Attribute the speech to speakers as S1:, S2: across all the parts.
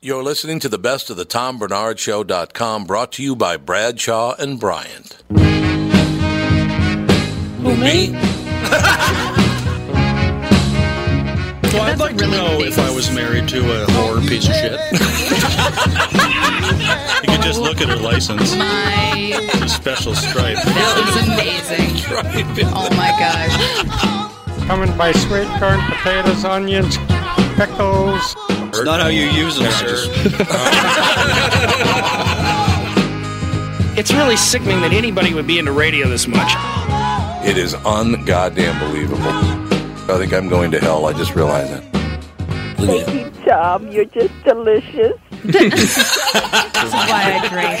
S1: You're listening to the best of the Tom Bernard Show.com, brought to you by Bradshaw and Bryant.
S2: Who, me?
S3: Well, I'd
S4: That's a
S3: like to
S4: really
S3: know
S4: big-
S3: if I was married to a whore piece of shit. you could just look at her license.
S4: My,
S3: It's a special stripe.
S4: that was amazing. Oh my gosh.
S5: coming by sweet corn, potatoes, onions, pickles.
S3: It's not how you use them, sir.
S6: It's really sickening that anybody would be into radio this much.
S1: It is ungoddamn believable. I think I'm going to hell. I just realized it. Look at that.
S7: Tom, you're just delicious.
S4: This is why I drink.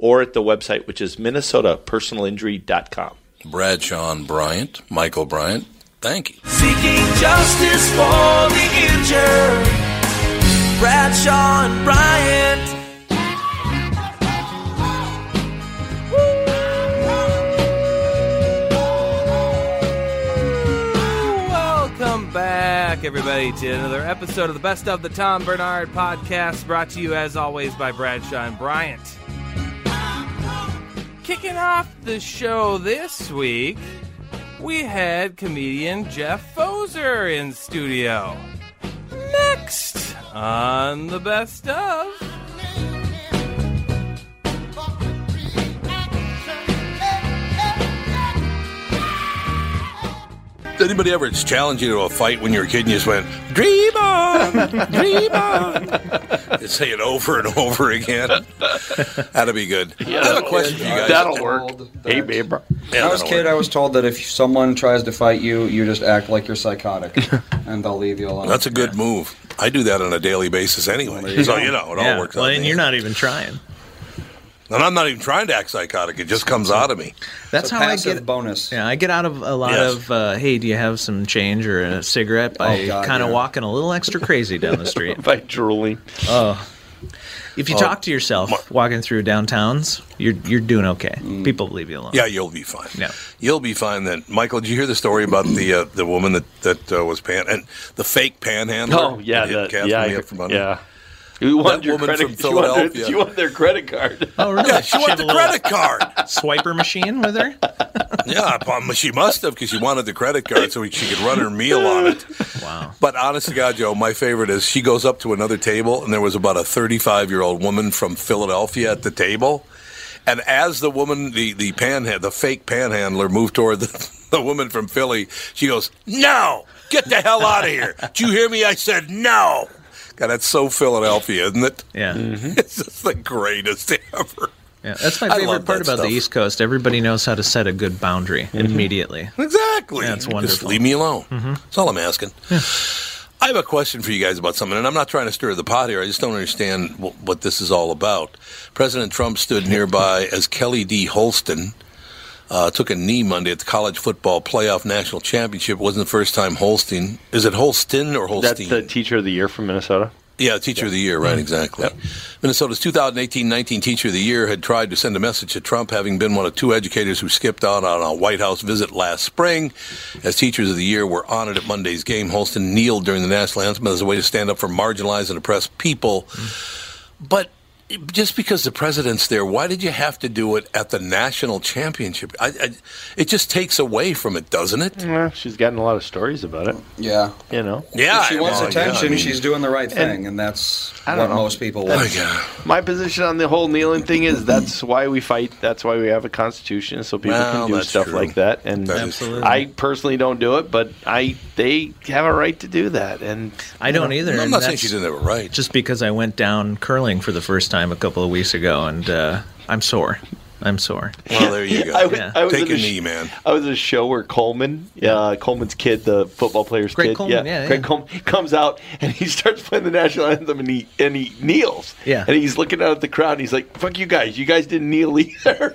S8: or at the website, which is minnesotapersonalinjury.com.
S1: Brad Sean Bryant, Michael Bryant. Thank you.
S9: Seeking justice for the injured. Bradshaw and Bryant.
S10: Welcome back, everybody, to another episode of the Best of the Tom Bernard podcast, brought to you as always by Bradshaw and Bryant. Kicking off the show this week, we had comedian Jeff Foser in studio. Next on the Best of.
S1: Did anybody ever challenge you to a fight when you were a kid and you just went, dream on, dream on? You say it over and over again. That'd be good. I have a question for you guys.
S6: That'll work. Hey, babe.
S1: Yeah,
S11: When I was a
S1: that'll
S11: kid,
S1: work.
S11: I was told that if someone tries to fight you, you just act like you're psychotic, and they'll leave you alone.
S1: That's a good move. I do that on a daily basis anyway. so, you know, it all works
S3: well,
S1: out.
S3: and
S1: in the
S3: you're
S1: end.
S3: not even trying.
S1: And I'm not even trying to act psychotic. It just comes out of me.
S11: It's
S3: That's
S11: a
S3: how I
S11: passive
S3: get.
S11: bonus.
S3: Yeah, I get out of a lot
S1: Yes.
S3: of. Uh, hey, do you have some change or a cigarette? By
S11: Oh, God,
S3: kind of
S11: yeah.
S3: walking a little extra crazy down the street. Oh.
S8: By drooling.
S3: if you
S1: Oh.
S3: talk to yourself walking through downtowns, you're you're doing okay.
S8: Mm.
S3: People leave you alone.
S1: Yeah, you'll be fine.
S3: Yeah.
S1: You'll be fine then. Michael, did you hear the story about the uh, the woman that, that uh, was pan and the fake panhandler?
S8: Oh yeah,
S1: That hit
S8: that,
S1: Catherine
S8: yeah,
S1: Lee up from under?
S8: yeah. You want your
S1: woman from
S8: credit? you want their-
S1: Philadelphia.
S8: You want their credit card?
S3: Oh, really?
S1: Yeah, she
S3: had
S1: wanted
S3: a
S1: the
S3: little
S1: credit card.
S3: Swiper machine with her.
S1: Yeah, um, she must have because she wanted the credit card so she could run her meal on it.
S3: Wow.
S1: But honest to God, Joe, my favorite is she goes up to another table, and there was about a 35 year old woman from Philadelphia at the table. And as the woman, the the panhead, the fake panhandler, moved toward the, the woman from Philly, she goes, "No, get the hell out of here! Did you hear me? I said no." God, that's so Philadelphia, isn't it?
S3: Yeah.
S1: It's just the greatest ever.
S3: Yeah, that's my
S1: I
S3: favorite
S1: love
S3: part
S1: that
S3: about
S1: stuff. Mm-hmm.
S3: the East Coast. Everybody knows how to set a good boundary immediately.
S1: Exactly.
S3: Yeah, it's
S1: Just
S3: wonderful.
S1: leave me alone. That's all I'm asking. I have a question for you guys about something, and I'm not trying to stir the pot here. I just don't understand wh- what this is all about. President Trump stood nearby as Kelly D. Holston uh, took a knee Monday at the college football playoff national championship. It wasn't the first time Holstein. Is it Holston or
S8: That's
S1: Holstein?
S8: the teacher of the year from Minnesota.
S1: Yeah, Teacher of the Year, right, exactly. Minnesota's 2018 19 Teacher of the Year had tried to send a message to Trump, having been one of two educators who skipped out on a White House visit last spring. As Teachers of the Year were honored at Monday's game, Holston kneeled during the national anthem as a way to stand up for marginalized and oppressed people. But just because the president's there, why did you have to do it at the national championship? I, I, it just takes away from it, doesn't it?
S6: Well, she's gotten a lot of stories about it.
S11: Yeah.
S6: You know?
S1: Yeah,
S11: If she wants
S1: well, yeah, I
S11: attention,
S1: mean-
S11: she's doing the right
S6: And-
S11: thing, and, that's
S6: I
S11: what
S6: don't know.
S11: most people
S6: That's-
S11: want.
S6: My position on the whole kneeling thing is that's why we fight. That's why we have a constitution, so people
S1: Well,
S6: can do
S1: that's
S6: stuff
S1: true.
S6: like that. And
S1: That is true.
S6: I personally don't do it, but I they have a right to do that. And
S3: I don't either.
S1: I'm
S3: and
S1: not saying
S3: that's
S1: she didn't have a right.
S3: Just because I went down curling for the first time a couple of weeks ago, and uh, I'm sore. I'm sore.
S1: Well, there you go.
S6: I was, I was
S1: Take
S6: at
S1: a
S6: sh-
S1: knee, man.
S6: I was at a show where Coleman, uh, Coleman's kid, the football player's
S3: Greg
S6: kid,
S3: Coleman, yeah,
S6: Greg
S3: yeah.
S6: Coleman comes out and he starts playing the national anthem and he and he kneels.
S3: Yeah.
S6: and he's looking out at the crowd and he's like, "Fuck you guys! You guys didn't kneel either."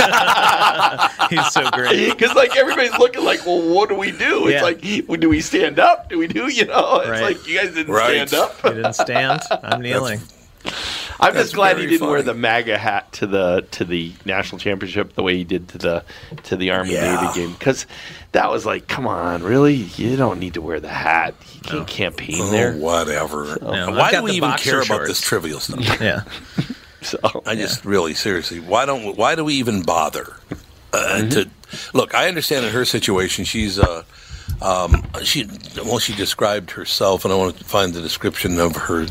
S3: Ah, nice. He's so great.
S6: Because like everybody's looking like, "Well, what do we do?" It's
S3: Yeah.
S6: like, well, "Do we stand up? Do we do?" You know, it's
S3: Right.
S6: like you guys didn't
S1: Right.
S6: stand up.
S3: You didn't stand. I'm kneeling.
S6: I'm
S1: That's
S6: just glad he
S1: very
S6: didn't wear
S1: funny.
S6: the MAGA hat to the to the national championship the way he did to the to the Army
S1: Yeah.
S6: Navy game because that was like, come on, really? You don't need to wear the hat. You can't campaign
S1: Oh,
S6: there.
S1: whatever.
S3: No,
S1: why
S3: I've
S1: do
S3: got
S1: we
S3: the
S1: even
S3: boxer
S1: care about
S3: shorts.
S1: this trivial stuff?
S3: Yeah.
S6: So
S1: I just really seriously, why don't why do we even bother uh, to look? I understand in her situation, she's uh, um, she well, she described herself, and I want to find the description of her.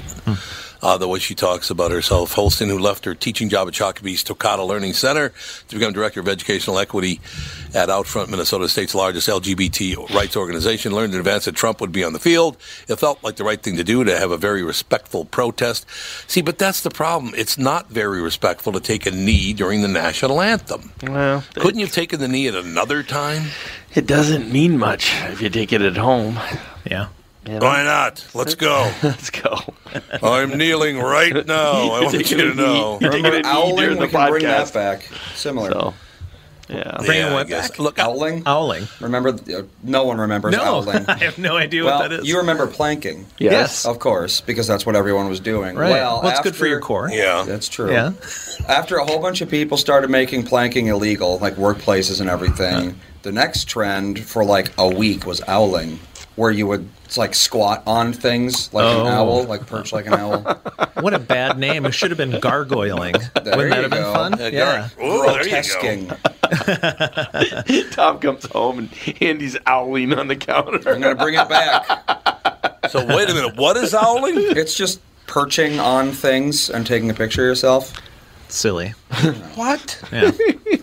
S1: Uh, the way she talks about herself, Holston, who left her teaching job at Chocobee's Tocata Learning Center to become director of educational equity at Outfront, Minnesota state's largest LGBT rights organization, learned in advance that Trump would be on the field. It felt like the right thing to do to have a very respectful protest. See, but that's the problem. It's not very respectful to take a knee during the national anthem.
S6: well,
S1: Couldn't you have taken the knee at another time?
S6: it doesn't mean much if you take it at home.
S3: Yeah.
S6: You know?
S1: Why not? Let's go.
S6: Let's go.
S1: I'm kneeling right now. I want you
S6: Taking a
S1: to know.
S6: knee. You're taking a
S11: Remember
S6: knee during
S11: owling?
S6: the
S11: We can bring that
S6: podcast.
S11: back. Similar.
S6: So, yeah.
S3: Bringing
S1: Yeah, I
S3: what
S1: guess.
S3: back?
S1: Look, I-
S11: Owling?
S3: Owling.
S11: Remember? th- uh, No one remembers
S3: No,
S11: owling.
S3: I have no idea
S11: well,
S3: what that is.
S11: you remember planking.
S3: Yes.
S11: Of course, because that's what everyone was doing.
S3: Right.
S11: Well,
S3: Well, it's good for
S11: after-
S3: your core.
S1: yeah.
S11: That's true.
S3: Yeah.
S11: After a whole bunch of people started making planking illegal, like workplaces and everything, the next trend for like a week was owling, where you would it's like squat on things like
S3: Oh.
S11: an owl, like perch like an owl.
S3: What a bad name. It should have been gargoyling.
S11: There
S3: Wouldn't that
S11: you
S3: have been
S11: go.
S3: fun?
S11: Yeah,
S3: yeah.
S1: Oh, there you go.
S11: Grotesking.
S6: Tom comes home and Andy's owling on the
S11: I'm
S6: counter.
S11: gonna bring it back.
S1: So wait a minute. What is owling?
S11: It's just perching on things and taking a picture of yourself.
S3: Silly.
S1: What?
S3: Yeah.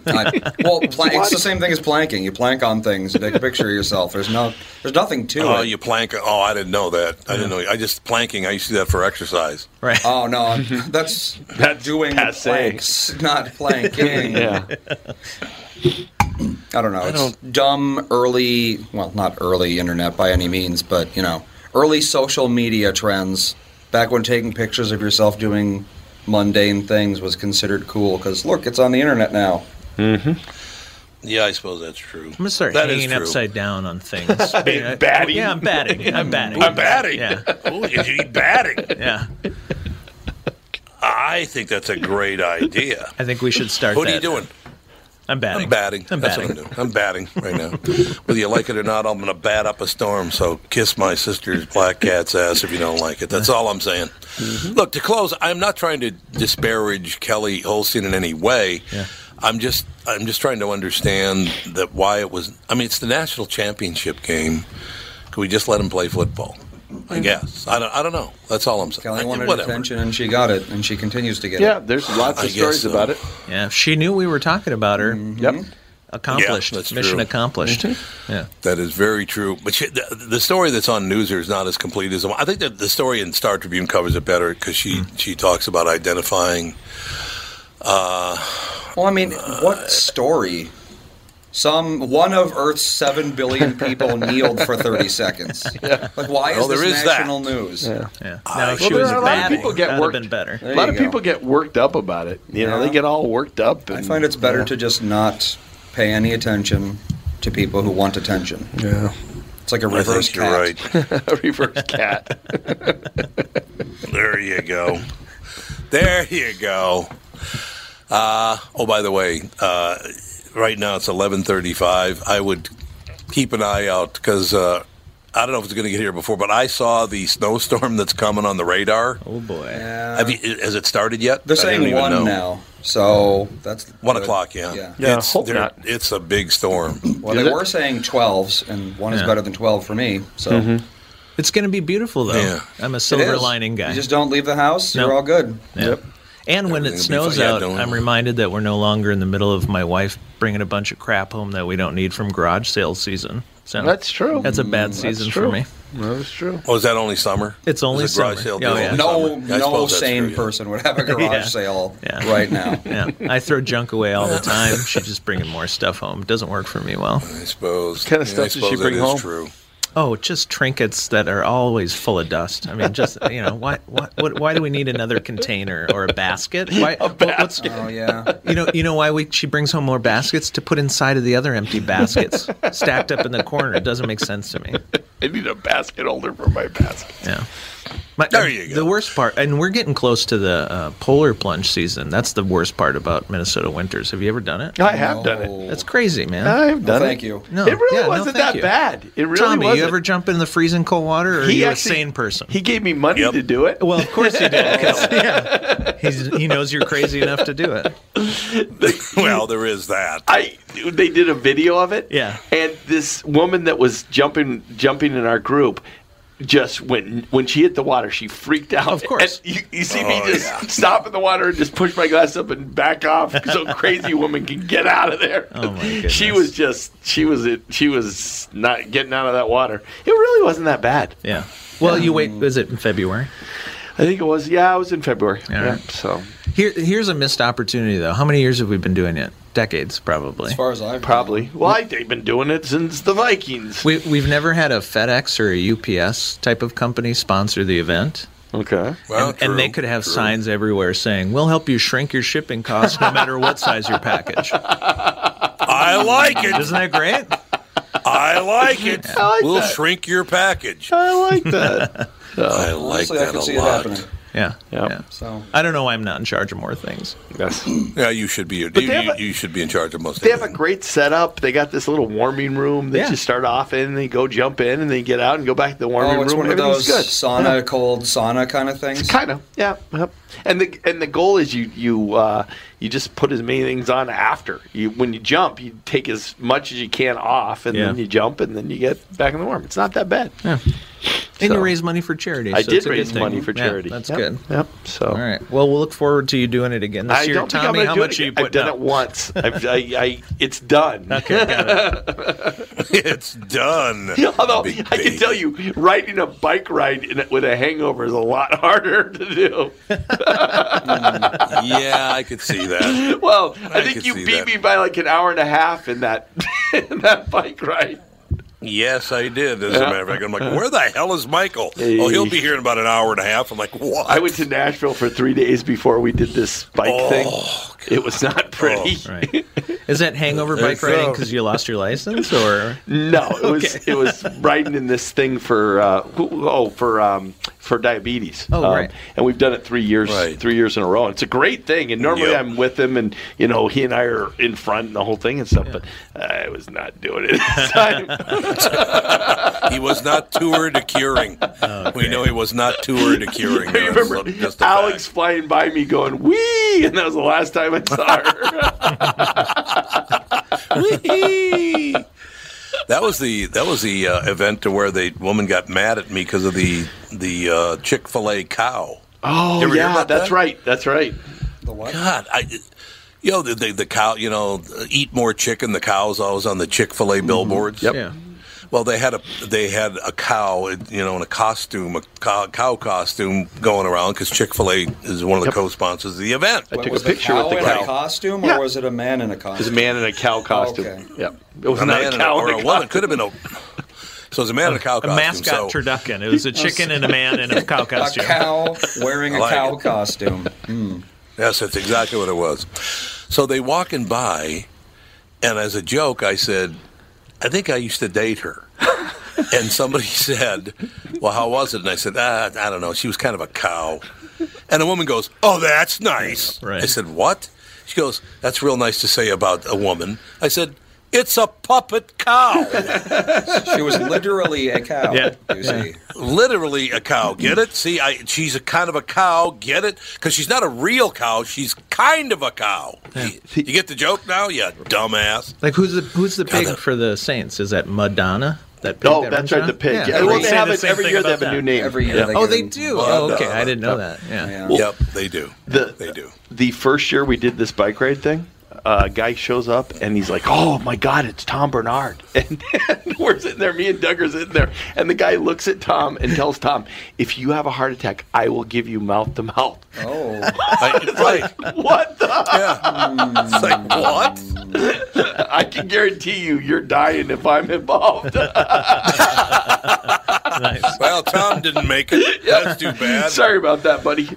S11: I, well, pla- it's the same thing as planking. You plank on things and take a picture of yourself. There's no, there's nothing to
S1: Oh,
S11: it.
S1: you plank. Oh, I didn't know that. I didn't know. I just planking. I used to do that for exercise.
S3: Right.
S11: Oh no, I'm- that's
S6: That's
S11: doing
S6: passe.
S11: planks, not planking.
S6: Yeah.
S11: I don't know. It's dumb early, well, not early internet by any means, but you know, early social media trends. Back when taking pictures of yourself doing mundane things was considered cool because look, it's on the internet now.
S6: Mm-hmm.
S1: Yeah, I suppose that's true.
S3: I'm gonna start
S1: That is
S3: hanging
S1: true.
S3: upside down on things. Being-
S6: batting.
S3: Yeah, I'm batting. I'm batting.
S1: I'm batting.
S3: Yeah.
S1: Ooh, is he batting?
S3: Yeah.
S1: I think that's a great idea.
S3: I think we should start.
S1: What are
S3: that.
S1: you doing?
S3: I'm batting.
S1: I'm batting.
S3: I'm
S1: That's
S3: batting.
S1: what I'm doing. I'm batting right now. Whether you like it or not, I'm going to bat up a storm. So kiss my sister's black cat's ass if you don't like it. That's all I'm saying.
S3: Mm-hmm.
S1: Look, to close, I'm not trying to disparage Kelly Holstein in any way.
S3: Yeah.
S1: I'm just I'm just trying to understand that why it was. I mean, it's the national championship game. Could we just let him play football?
S3: Mm-hmm.
S1: I guess. I don't. I don't know. That's all I'm saying.
S11: Kelly
S1: I-
S11: wanted
S1: whatever.
S11: attention and she got it, and she continues to get
S6: Yeah,
S11: it.
S6: there's lots
S1: I
S6: of
S1: guess
S6: stories
S1: so.
S6: about it.
S3: Yeah. If she knew we were talking about her.
S6: Yep.
S3: Accomplished.
S1: Mm-hmm. Yeah, that's
S3: Mission
S1: true. Mm-hmm.
S3: accomplished. Yeah.
S1: That is very true. But she, the, the story that's on Newser is not as complete as the one- I think that the story in Star Tribune covers it better because she she talks about identifying. uh,
S11: Well, I mean, what story? Some one of Earth's seven billion people kneeled for thirty seconds. Like, why is
S1: Well, there
S11: this
S1: is that.
S11: national news?
S3: Yeah. Now, if
S1: Well,
S3: she
S1: there
S3: was
S1: are a lot of
S3: batting,
S6: people get
S3: that'd have
S6: worked.
S3: been better.
S11: There
S6: a lot
S11: you
S6: of
S11: go.
S6: people get worked up about it. You know,
S11: Yeah.
S6: they get all worked up. And,
S11: I find it's better
S6: yeah.
S11: to just not pay any attention to people who want attention.
S6: Yeah.
S11: It's like a
S1: I
S11: reverse
S1: think you're
S11: cat.
S1: right.
S6: a reverse cat.
S1: There you go. There you go. Uh, oh, by the way, uh, right now it's eleven thirty-five. I would keep an eye out because uh, I don't know if it's going to get here before, but I saw the snowstorm that's coming on the radar.
S3: Oh boy!
S1: Have you, has it started yet?
S11: They're
S1: I don't
S11: saying
S1: even
S11: one
S1: know.
S11: now, so that's
S1: One
S11: good.
S1: o'clock. Yeah.
S11: Yeah.
S12: Yeah,
S1: It's,
S12: hope
S1: they're-
S12: not.
S1: it's a big storm.
S11: Well, they were saying twelves, and one is
S3: Yeah. Mm-hmm.
S11: better than twelve for me. So
S3: It's going to be beautiful though.
S1: Yeah.
S3: I'm a
S11: It
S3: silver
S11: is.
S3: lining guy.
S11: You just don't leave the house;
S3: No.
S11: you're all good.
S3: Yep. And when it
S1: Everything'll be
S3: snows
S1: fine. Yeah,
S3: out,
S1: don't-
S3: I'm reminded that we're no longer in the middle of my wife bringing a bunch of crap home that we don't need from garage sale season. So
S12: That's true.
S3: That's a bad season for
S12: true.
S3: me.
S12: That's true.
S1: Mm, Oh, is that only summer?
S3: It's only
S1: Is it garage
S3: summer. Oh,
S1: sale
S3: Yeah,
S1: deal
S3: yeah.
S1: only
S11: No,
S1: summer? I
S11: no
S1: suppose that's
S11: sane
S1: true, yeah.
S11: person would have a garage
S3: Yeah.
S11: sale
S3: Yeah.
S11: right now.
S3: Yeah, I throw junk away all the time. She's just bringing more stuff home. It doesn't work for me well.
S1: I suppose.
S12: Kinda
S1: yeah,
S12: stuff
S1: I
S12: does she
S1: suppose that
S12: bring
S1: is
S12: home?
S1: True.
S3: Oh, just trinkets that are always full of dust. I mean, just you know, why, why, what, why do we need another container or a basket? Why, what- what's-
S11: Oh yeah,
S3: you know, you know why we, she brings home more baskets to put inside of the other empty baskets stacked up in the corner. It doesn't make sense to me.
S6: I need a basket holder for my basket.
S3: Yeah. My,
S1: There you go.
S3: The worst part, and we're getting close to the uh, polar plunge season. That's the worst part about Minnesota winters. Have you ever done it?
S6: I have done it.
S11: Oh.
S3: That's crazy, man.
S6: I've
S11: Well,
S6: done it.
S11: thank you.
S3: no,
S6: it really
S3: yeah, no,
S6: wasn't
S3: thank
S6: that
S3: you.
S6: bad. It really
S3: Tommy,
S6: wasn't.
S3: you ever jump in the freezing cold water, or are
S6: He
S3: you
S6: actually-
S3: a sane person?
S6: He gave me money
S1: Yep.
S6: to do it.
S3: well, of course you did. 'cause, yeah, He's, he knows you're crazy enough to do it.
S1: Well, there is that.
S6: I they did a video of it.
S3: Yeah.
S6: And this woman that was jumping jumping in our group just went when she hit the water, she freaked out.
S3: Of course.
S6: And you, you see me
S1: Oh,
S6: just stop in the water and just push my glass up and back off so crazy woman can get out of there.
S3: Oh, my goodness.
S6: She was just she was it she was not getting out of that water. It really wasn't that bad.
S3: Yeah. Well, you
S1: Mm.
S3: wait. Was it in February?
S6: I think it was yeah, it was in February.
S3: All right.
S6: So
S3: Here, here's a missed opportunity, though. How many years have we been doing it? Decades, probably.
S11: as far as I
S6: probably. Well, I, they've been doing it since the Vikings.
S3: We, we've never had a FedEx or a UPS type of company sponsor the event.
S6: Okay.
S1: Well,
S3: and, and they
S1: true,
S3: could have
S1: true.
S3: signs everywhere saying, "We'll help you shrink your shipping costs, no matter what size your package."
S1: I like it.
S3: Isn't that great?
S1: I like it. we'll shrink your package.
S6: I like that. uh,
S1: I like
S11: Honestly, I
S1: that
S11: can
S1: a
S11: see it
S1: lot.
S11: happening.
S3: Yeah.
S6: Yep.
S3: yeah.
S11: So
S3: I don't know why I'm not in charge of more things.
S6: yes.
S1: Yeah, you should be. You,
S6: they have
S1: you-
S6: a-
S1: you should be in charge of most.
S6: They have a
S1: everything.
S6: great setup. They got this little warming room that
S3: Yeah.
S6: you start off in, and they go jump in, and they get out and go back to the warming
S11: oh, it's
S6: room.
S11: one of
S6: Everything's
S11: those
S6: good.
S11: sauna, cold sauna kind of things.
S6: Kind of, yeah. yep. And the and the goal is you you uh, you just put as many things on after you when you jump. You take as much as you can off, and
S3: Yeah.
S6: then you jump, and then you get back in the warm. It's not that bad.
S3: And
S6: So-
S3: you raise money for charity.
S6: I
S3: so
S6: did
S3: it's a good
S6: raise
S3: thing.
S6: money for
S3: Yeah,
S6: charity.
S3: that's
S6: Yep,
S3: good.
S6: Yep. So
S3: All right. Well, we'll look forward to you doing it again this
S6: I
S3: year.
S6: don't think I'm
S3: Tommy,
S6: gonna
S3: how
S6: do
S3: much
S6: it.
S3: are you
S6: again. I've
S3: putting
S6: done it
S3: up?
S6: once. I've, I, I, it's done.
S3: Okay, got it.
S1: It's done.
S6: Although
S1: Big
S6: I can
S1: baby.
S6: tell you, riding a bike ride in, with a hangover is a lot harder to do.
S1: Yeah, I could see that.
S6: Well, I,
S1: I
S6: think
S1: could
S6: you
S1: see
S6: beat
S1: that.
S6: me by like an hour and a half in that in that bike ride.
S1: Yes, I did. As a matter of fact, I'm like, where the hell is Michael?
S6: Hey.
S1: Oh, he'll be here in about an hour and a half. I'm like, what?
S6: I went to Nashville for three days before we did this bike
S1: Oh,
S6: thing. It was not pretty.
S3: Right. Is that hangover bike
S1: There you
S3: riding
S1: go.
S3: because you lost your license, or
S6: No, it was it was riding in this thing for uh, who- oh for um, for diabetes.
S3: Oh,
S6: Um,
S3: right.
S6: And we've done it three years
S1: Right.
S6: three years in a row. It's a great thing. And normally
S1: Yep.
S6: I'm with him, and you know he and I are in front and the whole thing and stuff. But uh, I was not doing it this time.
S1: He was not toured to curing. We know he was not toured to curing.
S6: I
S1: That's
S6: remember
S1: just a
S6: Alex
S1: fact.
S6: flying by me going wee, and that was the last time I saw her.
S1: That was the that was the uh, event to where the woman got mad at me because of the the uh, Chick Fil A cow.
S6: oh
S1: ever hear
S6: yeah,
S1: about
S6: that's
S1: that?
S6: right. That's right.
S11: The what?
S1: God, I. You know the, the the cow. You know, eat more chicken. The cow's always on the Chick Fil A
S11: Mm-hmm.
S1: billboards.
S3: yeah,
S1: Well, they had a they had a cow, you know, in a costume, a cow, cow costume going around because Chick Fil A is one of the co-sponsors of the event.
S6: I took a
S11: was it
S6: picture
S11: cow
S6: with the
S11: in
S6: cow.
S11: a costume, or
S6: Yeah.
S11: was it a man in a
S6: It was a
S11: costume?
S6: man in a cow costume.
S11: Okay.
S6: Yep. It was
S1: A
S6: not
S1: man
S6: a
S1: and a-
S6: cow
S1: or
S6: in
S1: a
S6: a
S1: woman.
S6: costume.
S1: It could have been a. So it was a man in a cow
S3: a
S1: costume.
S3: mascot
S1: so,
S3: turducken? It was a chicken and a man in a cow
S11: A
S3: costume.
S11: cow wearing a
S1: I like
S11: cow
S1: it.
S11: costume. Hmm.
S1: yes, that's exactly what it was. So they walking by, and as a joke, I said, "I think I used to date her." and somebody said, "Well, how was it?" And I said, ah, "I don't know. She was kind of a cow." And a woman goes, "Oh, that's nice."
S3: Right.
S1: I said, "What?" She goes, "That's real nice to say about a woman." I said, It's a puppet cow.
S11: she was literally a cow.
S1: Yeah.
S11: You see.
S1: Literally a cow. Get it? See, I, she's a kind of a cow. Get it? Because she's not a real cow. She's kind of a cow. You, you get the joke now? You dumbass.
S3: Like who's the who's the pig for the Saints? Is that Madonna? That pig
S1: Oh,
S3: that
S1: that's
S3: runs
S1: right,
S3: around?
S1: the pig. Yeah,
S3: they
S1: well, they
S3: say
S1: have
S3: the
S1: it
S3: same
S1: every
S3: thing
S1: year, they
S3: about
S1: have a
S3: that.
S1: new name.
S11: Every year they
S3: Oh,
S11: give
S3: they
S11: them-
S3: do. Oh, okay, I didn't know that. Yeah.
S11: Well,
S1: Yep, they do.
S8: The,
S1: they do.
S8: The first year we did this bike ride thing, uh, a guy shows up and he's like, "Oh my God, it's Tom Bernard!" And, and we're sitting there, me and Doug are sitting there, and the guy looks at Tom and tells Tom, "If you have a heart attack, I will give you mouth to mouth."
S11: Oh,
S1: it's
S8: like what? The?
S1: Yeah, it's like what?
S8: I can guarantee you, you're dying if I'm involved.
S1: Well, Tom didn't make it. That's too bad.
S8: Sorry about that, buddy.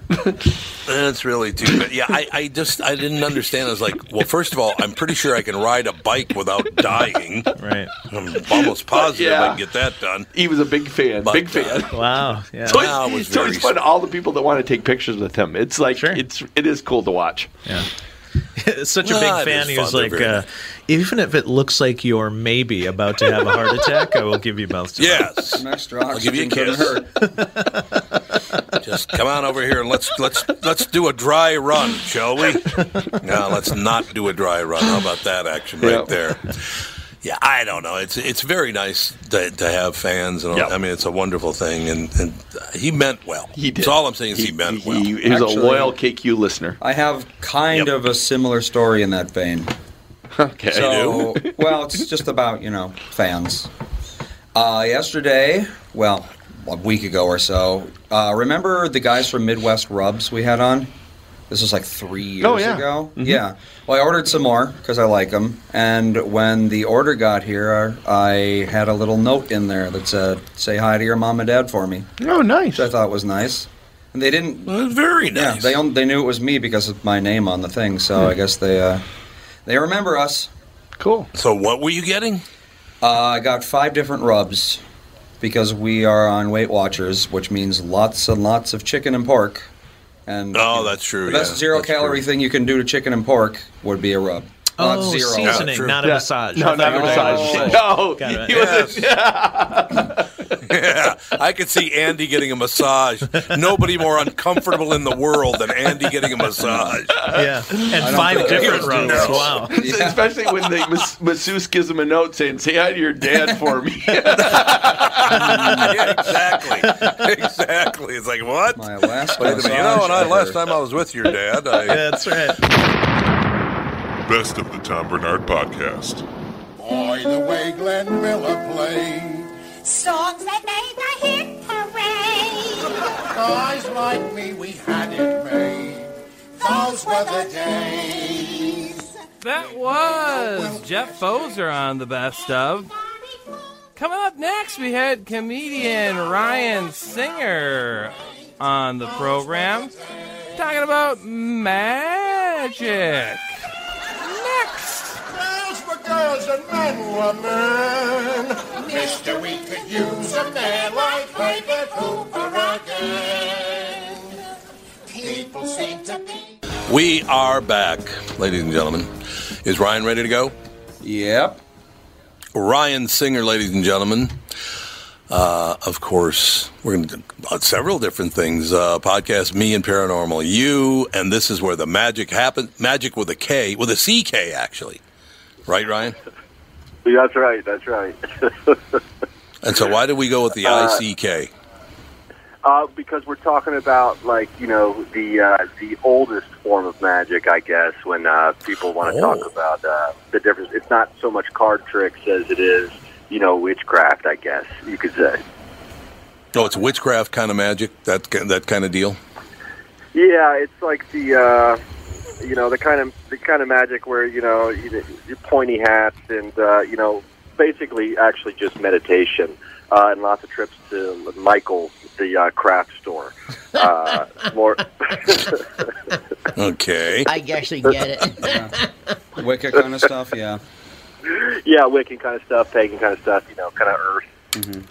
S1: That's really too bad. Yeah, I, I just I didn't understand. I was like, well, first of all, I'm pretty sure I can ride a bike without dying.
S3: Right.
S1: I'm almost positive I
S8: Yeah.
S1: can get that done. uh,
S8: He was a big fan. big fan.
S3: Wow. Yeah.
S8: So, it's- so it's fun. All the people that want to take pictures with him. It's like it's it is cool to watch.
S3: Yeah. Such a
S8: Nah, it
S3: big fan.
S8: is
S3: He
S8: fun.
S3: was
S8: They're
S3: like,
S8: very
S3: uh, even if it looks like you're maybe about to have a heart attack, I will give you mouth to mouth.
S1: Yes.
S11: Some extra
S1: I'll give you a
S11: oxygen couldn't
S1: kiss. Just come on over here and let's let's let's do a dry run, shall we? No, let's not do a dry run. How about that action right there? Yeah, I don't know. It's it's very nice to, to have fans, and all- I mean it's a wonderful thing. And, and he meant well.
S8: He did.
S1: So all I'm saying is he, meant well.
S8: He is a
S11: Actually-
S8: loyal KQ listener.
S11: I have kind of a similar story in that vein.
S8: Okay.
S11: So, well, it's just about, you know, fans. Uh, yesterday, well, a week ago or so, uh, remember the guys from Midwest Rubs we had on? This was like three years
S8: Oh, yeah.
S11: ago.
S8: Mhm.
S11: Yeah. Well, I ordered some more because I like them. And when the order got here, I had a little note in there that said, say hi to your mom and dad for me.
S8: Oh, nice.
S11: Which I thought was nice. And they didn't.
S1: very nice.
S11: Yeah, they, on- they knew it was me because of my name on the thing, so
S8: Hmm.
S11: I guess they uh, they remember us.
S8: Cool.
S1: So what were you getting?
S11: Uh, I got five different rubs because we are on Weight Watchers, which means lots and lots of chicken and pork. And
S1: Oh, that's true.
S11: the best
S1: yeah.
S11: zero calorie thing you can do to chicken and pork would be a rub. Well,
S3: Oh,
S11: that's zero.
S3: seasoning,
S11: True.
S3: not a Yeah. massage. I
S8: No,
S3: thought
S8: not
S3: you
S8: a
S3: were
S8: massage.
S3: saying-
S8: No,
S3: Got it.
S8: he
S1: Yes.
S8: wasn't.
S1: Yeah, I could see Andy getting a massage. Nobody more uncomfortable in the world than Andy getting a massage.
S3: Yeah. And five different rubs. Wow.
S8: Especially when the mas- masseuse gives him a note saying, "Say hi to your dad for me."
S1: yeah, exactly. Exactly. It's like, what?
S11: My last
S1: Wait a minute. You know, when I, last time I was with your dad, I.
S3: That's right.
S13: Best of the Tom Bernard Podcast.
S9: Boy, the way Glenn Miller played. Songs that made the hit parade. Guys like me, we had it made. Those were the days.
S10: That was Jeff Foser on the best of. Coming up next, we had comedian Ryan Singer on the program talking about magic. Next.
S9: Girls were girls and men were men. Mister, we could use a man like Herbert Hoover again. People seem to be.
S1: We are back, ladies and gentlemen. Is Ryan ready to go?
S11: Yep.
S1: Ryan Singer, ladies and gentlemen. Uh, of course, we're going to do uh, several different things. Uh, podcast Me and Paranormal You, and this is where the magic happens. Magic with a K, with a CK, actually. Right, Ryan?
S14: That's right. That's right.
S1: And so, why did we go with the
S14: Uh,
S1: ICK?
S14: uh, because we're talking about like you know the uh, the oldest form of magic, I guess. When uh, people want to talk about uh, the difference, it's not so much card tricks as it is you know witchcraft. I guess you could say.
S1: Oh, it's witchcraft kind of magic, that ki- that kind of deal.
S14: Yeah, it's like the uh, you know the kind of the kind of magic where you know you, you pointy hats and uh, you know basically actually just meditation uh, and lots of trips to Michael's the uh, craft store. Uh, more
S1: Okay.
S15: I actually get it.
S11: Wicca kind of stuff, yeah.
S14: yeah, Wiccan kind of stuff, pagan kind of stuff, you know, kind of earth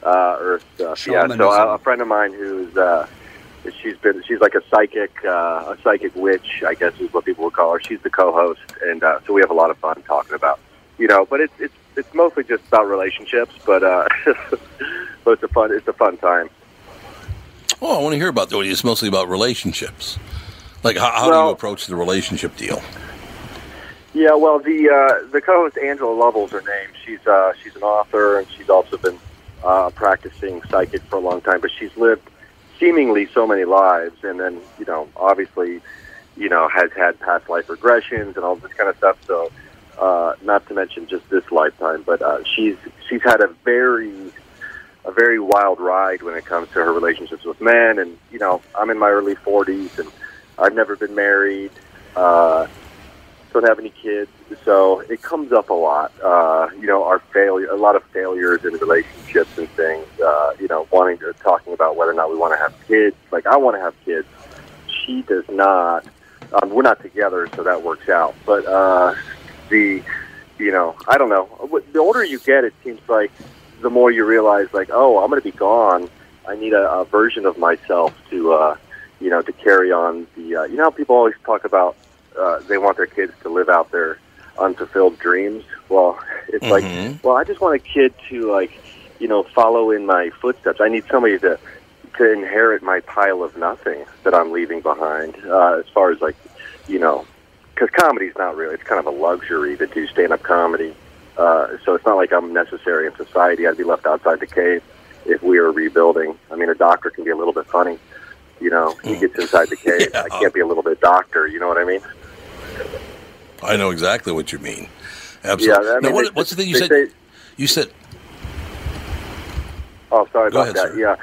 S14: uh, earth stuff. Yeah. So uh,
S11: Shamanism.
S14: a, a friend of mine who's uh, she's been she's like a psychic uh, a psychic witch, I guess is what people would call her. She's the co-host, and uh, so we have a lot of fun talking about you know, but it's it's it's mostly just about relationships, but uh, but it's a fun it's a fun time.
S1: Oh, I want to hear about that. It's mostly about relationships. Like, how, how do you approach the relationship deal?
S14: Yeah, well, the uh, the co-host Angela Lovell's her name. She's uh, she's an author and she's also been uh, practicing psychic for a long time. But she's lived seemingly so many lives, and then you know, obviously, you know, has had past life regressions and all this kind of stuff. So, uh, not to mention just this lifetime, but uh, she's she's had a very a very wild ride when it comes to her relationships with men. And you know, I'm in my early 40s, and I've never been married. Uh, don't have any kids, so it comes up a lot. Uh, you know, our failure, a lot of failures in relationships and things. Uh, you know, wanting to talking about whether or not we want to have kids. Like I want to have kids, she does not. Um, we're not together, so that works out. But uh, the, you know, I don't know. What- The older you get, it seems like the more you realize, like, oh, I'm going to be gone. I need a, a version of myself to, uh, you know, to carry on the. Uh, you know how people always talk about uh, they want their kids to live out their unfulfilled dreams. Well, it's like, well, I just want a kid to like, you know, follow in my footsteps. I need somebody to to inherit my pile of nothing that I'm leaving behind. Uh, as far as like, you know, because comedy's not really. It's kind of a luxury to do stand up comedy. Uh, so it's not like I'm necessary in society. I'd be left outside the cave if we were rebuilding. I mean, a doctor can be a little bit funny. You know, he gets inside the cave. I can't be a little bit doctor. You know what I mean?
S1: I know exactly what you mean. Absolutely.
S14: Yeah, I mean,
S1: now,
S14: they-
S1: what, what's the thing you
S14: they
S1: said?
S14: say-
S1: you said
S14: Oh, sorry
S1: Go
S14: about
S1: ahead,
S14: that. Yeah,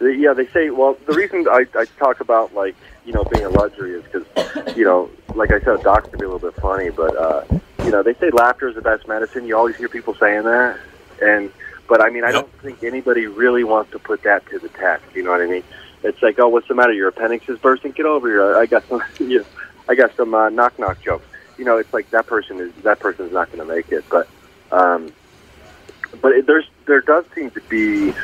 S14: The- yeah. They say, well, the reason I, I talk about like you know being a luxury is because you know, like I said, docs can be a little bit funny, but uh, you know, they say laughter is the best medicine. You always hear people saying that, and but I mean, I don't think anybody really wants to put that to the test. You know what I mean? It's like, oh, what's the matter? Your appendix is bursting. Get over here. I- I got some, you know, I got some uh, knock knock jokes. You know, it's like that person is that person's not going to make it, but. Um, but it, there's there does seem to be.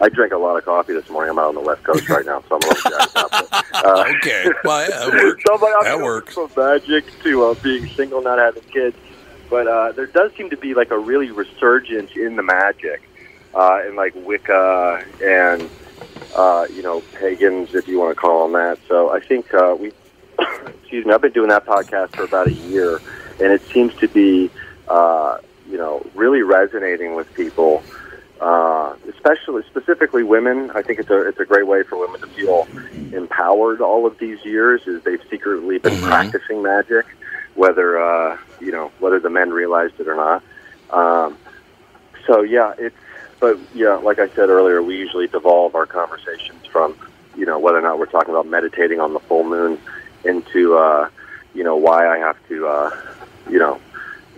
S14: I drank a lot of coffee this morning. I'm out on the west coast right now, so I'm a little jacked up. But, uh,
S1: okay. Well, yeah, that works.
S14: so, but I
S1: That
S14: mean,
S1: works.
S14: From magic to uh, being single, not having kids, but uh, there does seem to be like a really resurgence in the magic, uh, and like Wicca and uh, you know pagans, if you want to call them that. So I think uh, we, excuse me, I've been doing that podcast for about a year, and it seems to be uh, you know really resonating with people. Uh, especially, specifically women. I think it's a it's a great way for women to feel empowered all of these years is they've secretly been practicing magic, whether uh, you know whether the men realized it or not. Um, so yeah, it's but yeah, like I said earlier, we usually devolve our conversations from you know whether or not we're talking about meditating on the full moon into uh, you know why I have to uh, you know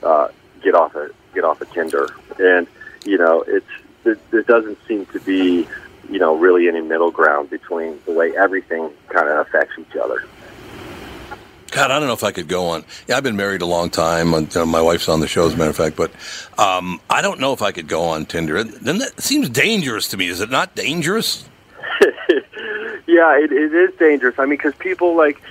S14: uh, get off a get off a Tinder, and you know it's there, there doesn't seem to be you know really any middle ground between the way everything kind of affects each other.
S1: God, I don't know if I could go on. Yeah, I've been married a long time. and, uh, My wife's on the show, as a matter of fact. But um, I don't know if I could go on Tinder. Then that seems dangerous to me. Is it not dangerous?
S14: yeah, it, it is dangerous. I mean, because people like,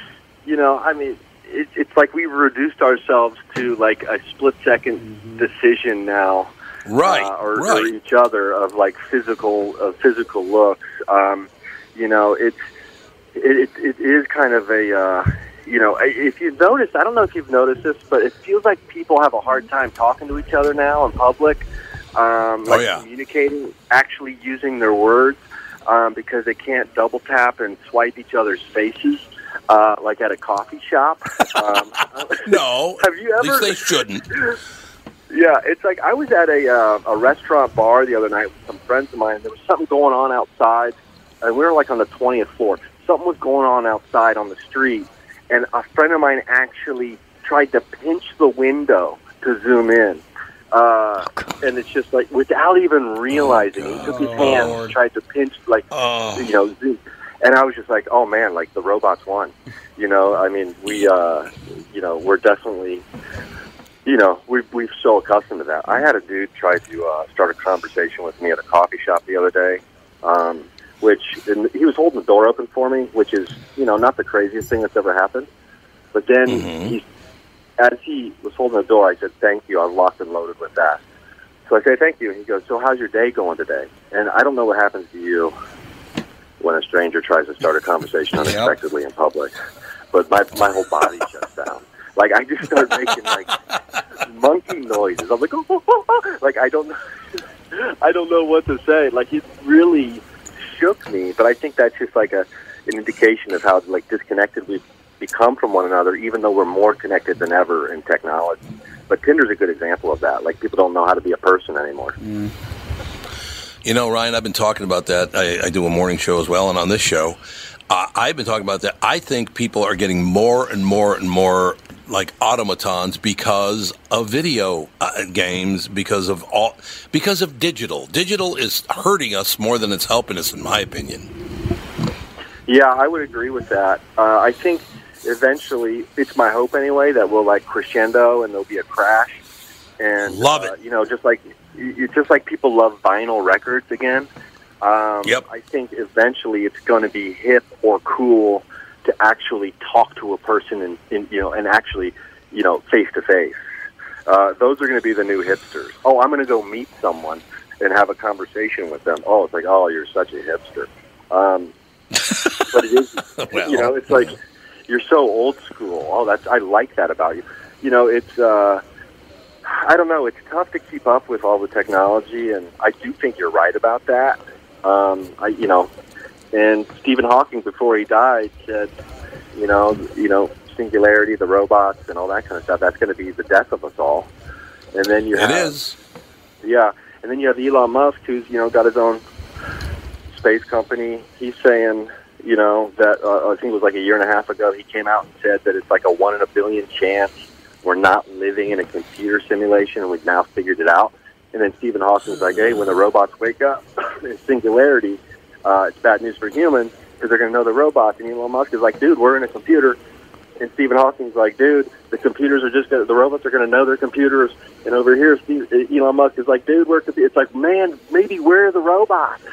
S14: you know, I mean, it, it's like we reduced ourselves to like a split 2nd decision now,
S1: Right,
S14: uh, or, or
S1: right.
S14: each other of like physical of physical looks. Um, you know, it's it, it, it is kind of a. Uh, you know, i- if you've noticed, I don't know if you've noticed this, but it feels like people have a hard time talking to each other now in public, um, like
S1: Oh, yeah.
S14: communicating, actually using their words um, because they can't double tap and swipe each other's faces uh, like at a coffee shop. Um,
S1: no,
S14: have you
S1: At least
S14: ever?
S1: they shouldn't.
S14: Yeah, it's like I was at a uh, a restaurant bar the other night with some friends of mine. There was something going on outside, and we were like on the twentieth floor. Something was going on outside on the street, and a friend of mine actually tried to pinch the window to zoom in.
S1: Oh,
S14: Uh, and it's just like without even realizing, he took his hand, and tried to pinch, like you know, zoom. and I was just like, oh man, like the robots won. You know, I mean, we, uh, you know, we're definitely you know, we've, we've so accustomed to that. I had a dude try to uh, start a conversation with me at a coffee shop the other day, um, which and he was holding the door open for me, which is, you know, not the craziest thing that's ever happened. But then he as he was holding the door, I said, "Thank you." I was locked and loaded with that. So I say, "Thank you," and he goes, "So how's your day going today?" And I don't know what happens to you when a stranger tries to start a conversation unexpectedly in public, but my my whole body shuts down. Like I just start making like monkey noises. I'm like, like I don't, know- I don't know what to say. Like it really shook me, but I think that's just like a an indication of how like disconnected we've become from one another, even though we're more connected than ever in technology. But Tinder's a good example of that. Like people don't know how to be a person anymore.
S1: You know, Ryan, I've been talking about that. I, I do a morning show as well, and on this show, uh, I've been talking about that. I think people are getting more and more and more like automatons because of video uh, games, because of all, because of digital. Digital is hurting us more than it's helping us, in my opinion.
S14: Yeah, I would agree with that. Uh, I think eventually, it's my hope anyway, that we'll like crescendo and there'll be a crash. And
S1: Love
S14: it. you know, just like you- you, just like people love vinyl records again. Um, I think eventually it's going to be hip or cool to actually talk to a person and, and you know and actually you know face to face. Uh, Those are going to be the new hipsters. Oh, I'm going to go meet someone and have a conversation with them. Oh, it's like oh, you're such a hipster. Um, but it is, you know, it's like you're so old school. Oh, that's I like that about you. You know, it's uh, I don't know. It's tough to keep up with all the technology, and I do think you're right about that. Um, I, you know, and Stephen Hawking before he died said, you know, you know, singularity, the robots, and all that kind of stuff. That's going to be the death of us all. And then you
S1: It
S14: have,
S1: is.
S14: yeah, and then you have Elon Musk, who's you know got his own space company. He's saying, you know, that uh, I think it was like a year and a half ago, he came out and said that it's like a one in a billion chance we're not living in a computer simulation, and we've now figured it out. And then Stephen Hawking's like, hey, when the robots wake up in singularity, uh, it's bad news for humans because they're going to know the robots. And Elon Musk is like, dude, we're in a computer. And Stephen Hawking's like, dude, the computers are just gonna, the robots are going to know their computers. And over here, Steve, Elon Musk is like, dude, we're compu-" it's like, man, maybe we're the robots.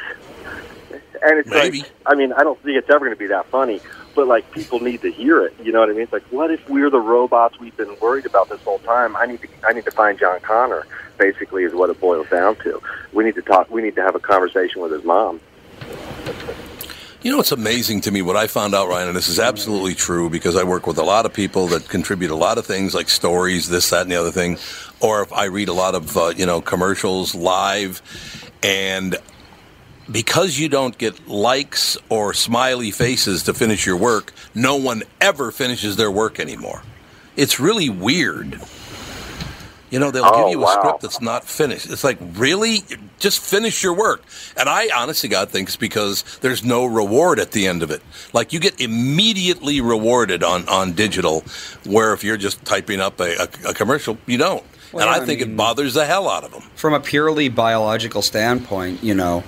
S14: And it's like, I mean, I don't think it's ever going to be that funny, but like people need to hear it. You know what I mean? It's like, what if we're the robots we've been worried about this whole time? I need to, I need to find John Connor. Basically, is what it boils down to. We need to talk. We need to have a conversation with his mom.
S1: You know, it's amazing to me what I found out, Ryan, and this is absolutely true because I work with a lot of people that contribute a lot of things like stories, this, that, and the other thing. Or if I read a lot of, uh, you know, commercials live. And because you don't get likes or smiley faces to finish your work, no one ever finishes their work anymore. It's really weird. You know, they'll
S14: Oh,
S1: give you a
S14: wow.
S1: script that's not finished. It's like, really? Just finish your work. And I honestly God think it's because there's no reward at the end of it. Like you get immediately rewarded on, on digital, where if you're just typing up a, a, a commercial, you don't.
S11: Well,
S1: and I,
S11: I
S1: think it bothers the hell out of them.
S11: From a purely biological standpoint, you know,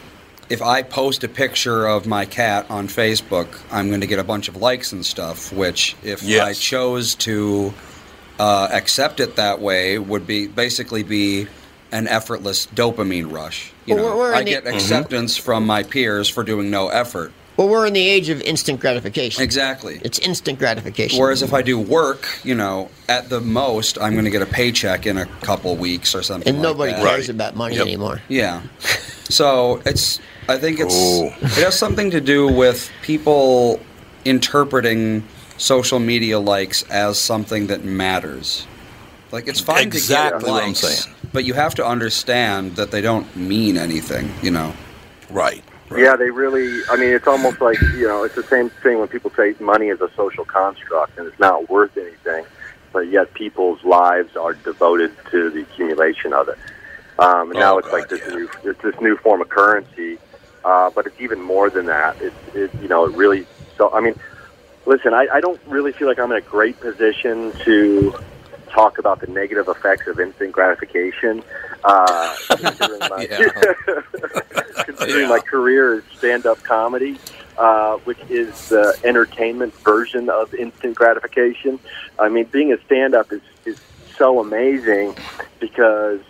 S11: if I post a picture of my cat on Facebook, I'm going to get a bunch of likes and stuff, which if I chose to uh, accept it that way would be basically be an effortless dopamine rush. You
S15: Well,
S11: know,
S15: we're- we're
S11: I
S15: in the-
S11: get
S15: Mhm.
S11: acceptance from my peers for doing no effort.
S15: Well, we're in the age of instant gratification.
S11: Exactly.
S15: It's instant gratification.
S11: Whereas if I do work, you know, at the most, I'm going to get a paycheck in a couple weeks or something.
S15: And
S11: like
S15: nobody
S11: that.
S15: cares about money
S11: Yep.
S15: anymore.
S11: Yeah. So it's. I think it's.
S15: Oh.
S11: It has something to do with people interpreting social media likes as something that matters. Like it's fine to
S1: Exactly
S11: get
S1: what
S11: likes,
S1: I'm saying.
S11: but you have to understand that they don't mean anything. You know.
S1: Right.
S14: Yeah, they really. I mean, it's almost like you know, it's the same thing when people say money is a social construct and it's not worth anything, but yet people's lives are devoted to the accumulation of it. Um, and now it's like this new, it's this new form of currency, uh, but it's even more than that. It, it, you know, it really. So, I mean, listen, I, I don't really feel like I'm in a great position to talk about the negative effects of instant gratification. Uh, considering my, considering my career is stand-up comedy, uh, which is the entertainment version of instant gratification. I mean, being a stand-up is, is so amazing because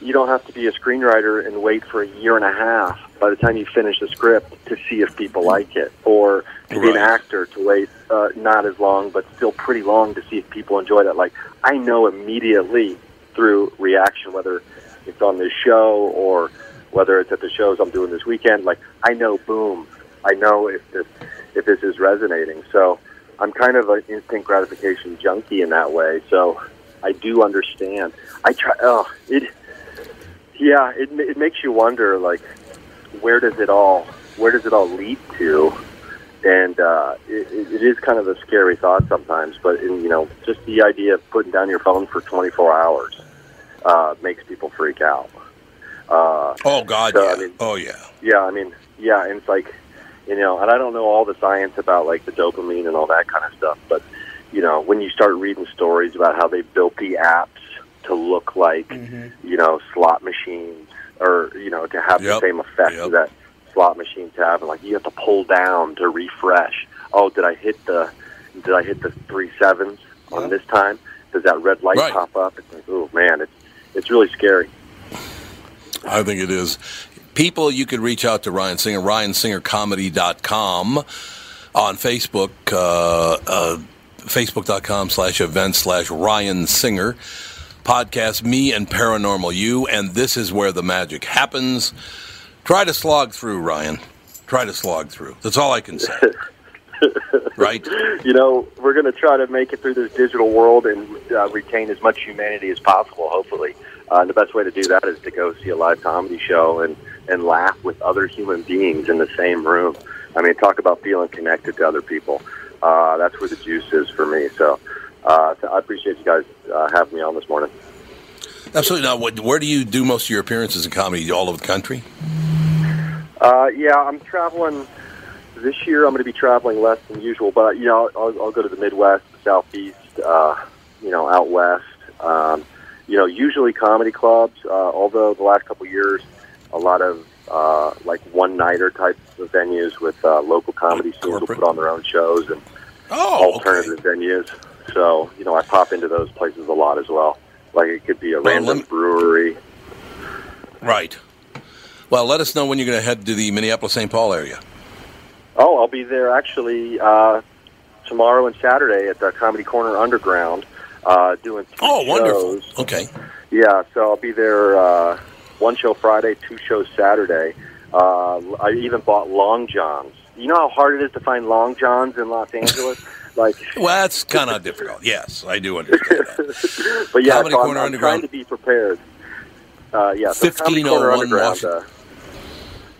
S14: you don't have to be a screenwriter and wait for a year and a half by the time you finish the script to see if people like it, or to be an actor to wait uh, not as long but still pretty long to see if people enjoy that. Like I know immediately through reaction whether it's on this show or whether it's at the shows I'm doing this weekend. Like I know, boom, I know if this if this is resonating. So I'm kind of an instant gratification junkie in that way. So I do understand. I try. Oh, it. Yeah, it it makes you wonder. Like, where does it all where does it all lead to? And uh, it, it it is kind of a scary thought sometimes. But in, you know, just the idea of putting down your phone for 24 hours uh, makes people freak out. Uh,
S1: oh God,
S14: so,
S1: yeah.
S14: I mean,
S1: oh yeah.
S14: yeah, I mean, yeah, and it's like, you know, and I don't know all the science about like the dopamine and all that kind of stuff, but you know, when you start reading stories about how they built the apps to look like, you know, slot machines or you know to have the
S9: Yep,
S14: same effect that slot machines have, and like you have to pull down to refresh. Oh, did I hit the? Did I hit the three sevens on this time? Does that red light
S1: Right.
S14: pop up? It's like, oh man, it's it's really scary.
S1: I think it is. People, you could reach out to Ryan Singer, ryansingercomedy.com on Facebook, uh, uh, facebook.com slash event slash Ryan Singer. Podcast Me and Paranormal You, and this is where the magic happens. Try to slog through, Ryan. Try to slog through. That's all I can say. right?
S14: you know, we're going to try to make it through this digital world and uh, retain as much humanity as possible, hopefully. Uh, and the best way to do that is to go see a live comedy show and, and laugh with other human beings in the same room. I mean, talk about feeling connected to other people. Uh, that's where the juice is for me. So, uh, so I appreciate you guys uh, having me on this morning.
S1: Absolutely. Now, what, where do you do most of your appearances in comedy? All over the country?
S14: Uh, yeah, I'm traveling this year. I'm going to be traveling less than usual, but you know, I'll, I'll go to the Midwest, the Southeast, uh, you know, out west. Um, you know, usually comedy clubs. Uh, although the last couple years, a lot of uh, like one nighter type of venues with uh, local comedy scenes will put on their own shows and alternative venues. So you know, I pop into those places a lot as well. Like it could be a random brewery.
S1: Right. Well, let us know when you're going to head to the Minneapolis St. Paul area.
S14: Oh, I'll be there actually uh, tomorrow and Saturday at the Comedy Corner Underground uh, doing two
S1: Oh, wonderful.
S14: shows.
S1: Okay.
S14: Yeah, so I'll be there uh, one show Friday, two shows Saturday. Uh, I even bought long johns. You know how hard it is to find long johns in Los Angeles? like,
S1: Well, that's kind of difficult. Yes, I do understand that.
S14: but yeah,
S1: Comedy
S14: so I'm,
S1: Corner
S14: I'm
S1: Underground.
S14: trying to be prepared. Uh, yeah, so Comedy Corner
S1: 1501
S14: Underground.
S1: Washington.
S14: Uh,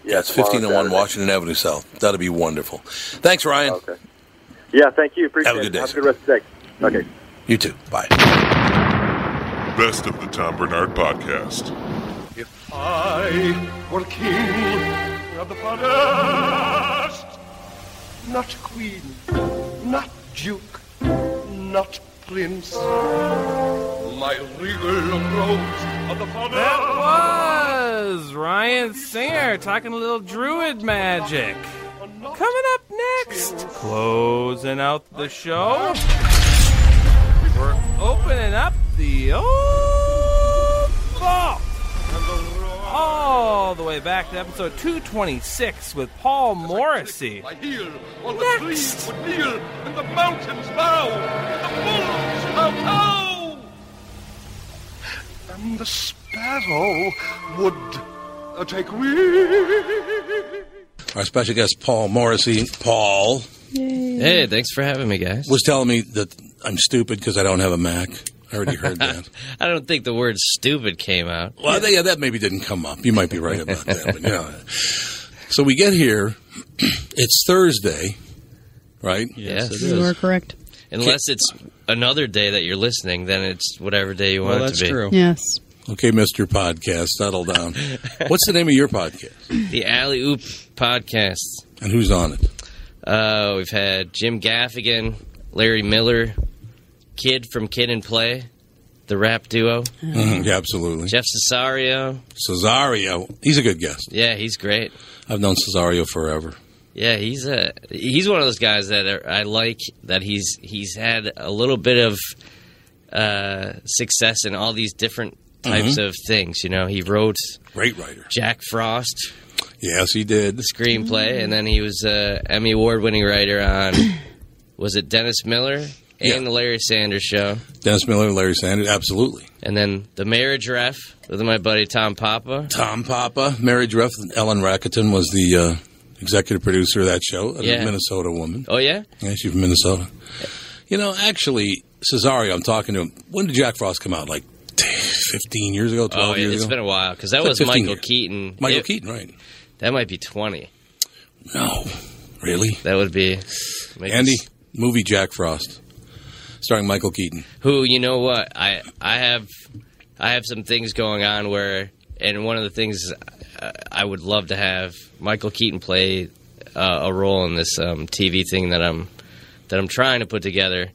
S1: yeah, it's
S14: tomorrow,
S1: 1501
S14: Saturday.
S1: Washington Avenue South. That'd be wonderful. Thanks, Ryan. Okay.
S14: yeah, thank you. Appreciate
S1: Have a good
S14: it.
S1: day,
S14: Have a
S1: sir.
S14: good rest of the day. Okay.
S1: You too. Bye.
S13: Best of the Tom Bernard Podcast.
S9: If I were king of the forest, not queen, not duke, not prince, my regal robes of the forest.
S10: That was Ryan Singer talking a little druid magic. Coming up next, closing out the show, we're opening up the oh, old vault. All the way back to episode 226 with Paul Morrissey.
S9: I heal all the trees would kneel, and the mountains bow, and the bulls shout how. And the sparrow would uh, take wing.
S1: Our special guest, Paul Morrissey. Paul.
S16: Hey, thanks for having me, guys.
S1: Was telling me that I'm stupid because I don't have a Mac. I already heard that.
S16: I don't think the word stupid came out.
S1: Well, I think yeah, that maybe didn't come up. You might be right about that. But yeah. So we get here. It's Thursday, right?
S16: Yes, it
S17: You are
S16: is.
S17: correct.
S16: Unless it's another day that you're listening, then it's whatever day you
S1: Well,
S16: want it
S1: that's
S16: to be.
S1: true.
S17: Yes.
S1: Okay, Mr. Podcast, settle down. What's the name of your podcast?
S16: The Alley Oop podcast.
S1: And who's on it?
S16: Uh, we've had Jim Gaffigan, Larry Miller, Kid from Kid and Play, the rap duo.
S1: Mhm, yeah, absolutely.
S16: Jeff Cesario.
S1: Cesario. He's a good guest.
S16: Yeah, he's great.
S1: I've known Cesario forever.
S16: Yeah, he's a he's one of those guys that are, I like that he's he's had a little bit of uh, success in all these different types
S1: Mhm.
S16: of things. You know, he wrote
S1: great writer
S16: Jack Frost.
S1: Yes, he did the
S16: screenplay, and then he was uh, Emmy award winning writer on was it Dennis Miller and the Larry Sanders Show,
S1: Dennis Miller, Larry Sanders, absolutely.
S16: and then the Marriage Ref with my buddy Tom Papa.
S1: Tom Papa, marriage ref. Ellen Rackerton was the uh, executive producer of that show, a
S16: Yeah.
S1: Minnesota woman.
S16: Oh yeah,
S1: Yeah, she's from Minnesota. You know, actually, Cesario, I'm talking to him. When did Jack Frost come out? Like 15 years ago, 12
S16: oh,
S1: years
S16: it's
S1: ago?
S16: been a while because that
S1: It's like
S16: was
S1: 15
S16: Michael
S1: years.
S16: Keaton.
S1: Michael
S16: It-
S1: Keaton, right?
S16: That might be twenty.
S1: No, really?
S16: That would be make
S1: Andy,
S16: us-
S1: movie Jack Frost, starring Michael Keaton.
S16: Who you know what I I have I have some things going on where and one of the things I, I would love to have Michael Keaton play uh, a role in this um, TV thing that I'm that I'm trying to put together.